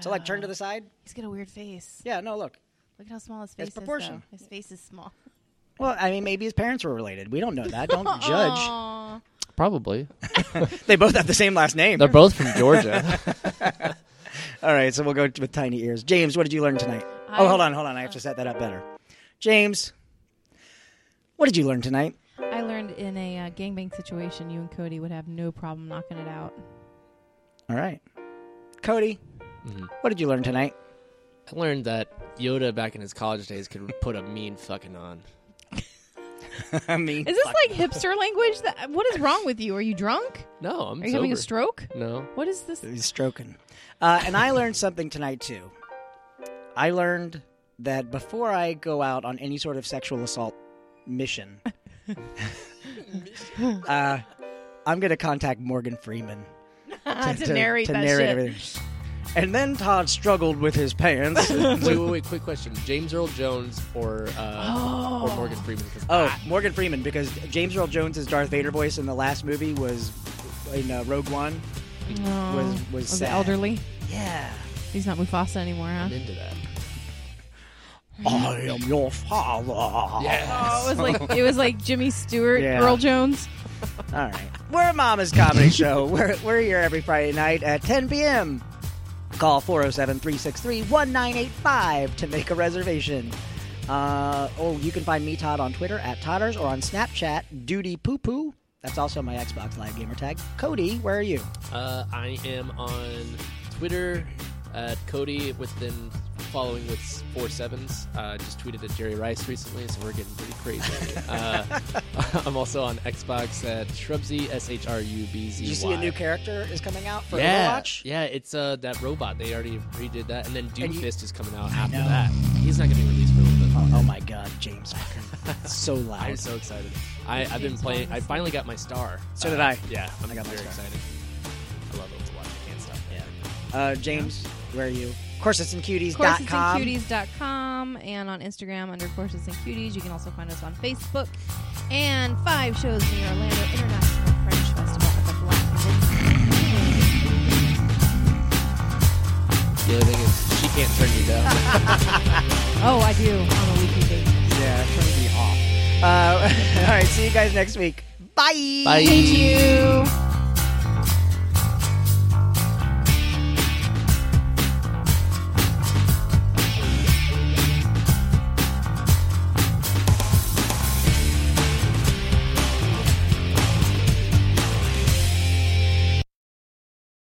Speaker 1: So like
Speaker 2: Oh.
Speaker 1: turn to the side.
Speaker 2: He's got a weird face.
Speaker 1: Yeah. No, look.
Speaker 2: Look at how small his face is. though.
Speaker 1: proportion.
Speaker 2: His face is small.
Speaker 1: Well, I mean, maybe his parents were related. We don't know that. Don't judge.
Speaker 2: Aw.
Speaker 3: Probably.
Speaker 1: They both have the same last name.
Speaker 3: They're both from Georgia.
Speaker 1: All right, so we'll go with tiny ears. James, what did you learn tonight? oh,
Speaker 2: Uh, I-
Speaker 1: hold on, hold on. I have to set that up better. James, what did you learn tonight?
Speaker 2: I learned in a uh, gangbang situation, you and Cody would have no problem knocking it out.
Speaker 1: All right. Cody, what did you learn tonight?
Speaker 3: I learned that Yoda back in his college days could put a mean fucking on.
Speaker 1: I mean,
Speaker 2: Is this like hipster language? That what is wrong with you? Are you drunk?
Speaker 3: No, I'm
Speaker 2: Are you having a
Speaker 3: sober.
Speaker 2: stroke?
Speaker 3: No.
Speaker 2: What is this?
Speaker 1: he's stroking. Uh, and I learned something tonight, too. I learned that before I go out on any sort of sexual assault mission, uh, I'm going to contact Morgan Freeman.
Speaker 2: Uh, to, narrate
Speaker 1: to
Speaker 2: that
Speaker 1: narrate
Speaker 2: shit.
Speaker 1: everything. And then Todd struggled with his pants.
Speaker 3: Wait, wait, wait. Quick question: James Earl Jones or uh, or Morgan Freeman? 'Cause
Speaker 1: Oh, Morgan Freeman, because James Earl Jones' Darth Vader voice in the last movie was in uh, Rogue One.
Speaker 2: No.
Speaker 1: Was- was
Speaker 2: the
Speaker 1: sad.
Speaker 2: elderly.
Speaker 1: Yeah.
Speaker 2: He's not Mufasa anymore, huh?
Speaker 3: I'm into that.
Speaker 1: I am your father.
Speaker 3: Yes.
Speaker 1: Oh.
Speaker 2: It was like it was like Jimmy Stewart,
Speaker 1: Yeah.
Speaker 2: Earl Jones.
Speaker 1: All right. We're a mama's comedy show. We're, we're here every Friday night at 10 p.m. Call 407 363 1985 to make a reservation. Uh, oh, you can find me, Todd, on Twitter at Todders or on Snapchat, Duty Poo Poo. That's also my Xbox Live gamer tag. Cody, where are you?
Speaker 3: Uh, I am on Twitter at Cody with then following with four sevens. Uh, just tweeted at Jerry Rice recently, so we're getting pretty crazy. uh, I'm also on Xbox at Shrubzy S H R U B Z.
Speaker 1: Did you see a new character is coming out for
Speaker 3: Yeah,
Speaker 1: Overwatch?
Speaker 3: yeah, it's uh, that robot. They already redid that, and then Doom
Speaker 1: And you-
Speaker 3: Fist is coming out after
Speaker 1: know.
Speaker 3: that. He's not going to be released for a little bit.
Speaker 1: Oh, oh my god, James. so loud.
Speaker 3: I'm so excited. I, I've been
Speaker 7: James
Speaker 3: playing.
Speaker 7: Bond
Speaker 3: I
Speaker 7: is-
Speaker 3: finally got my star.
Speaker 1: So did I.
Speaker 3: Yeah, I'm
Speaker 1: I got my
Speaker 3: very
Speaker 1: star.
Speaker 3: excited. I love Overwatch. I can't stop.
Speaker 1: Yeah. Uh, James, where are you? Coursesandcuties.com.
Speaker 2: Of course, it's in cuties.com and on Instagram under Courses and Cuties. You can also find us on Facebook and five shows in the Orlando International French Festival at the Black
Speaker 3: The other thing is, she can't turn you down.
Speaker 2: Oh, I do on a weekly basis.
Speaker 1: Yeah, it's gonna be off. Uh, all right, see you guys next week. Bye.
Speaker 3: Bye.
Speaker 2: Thank you.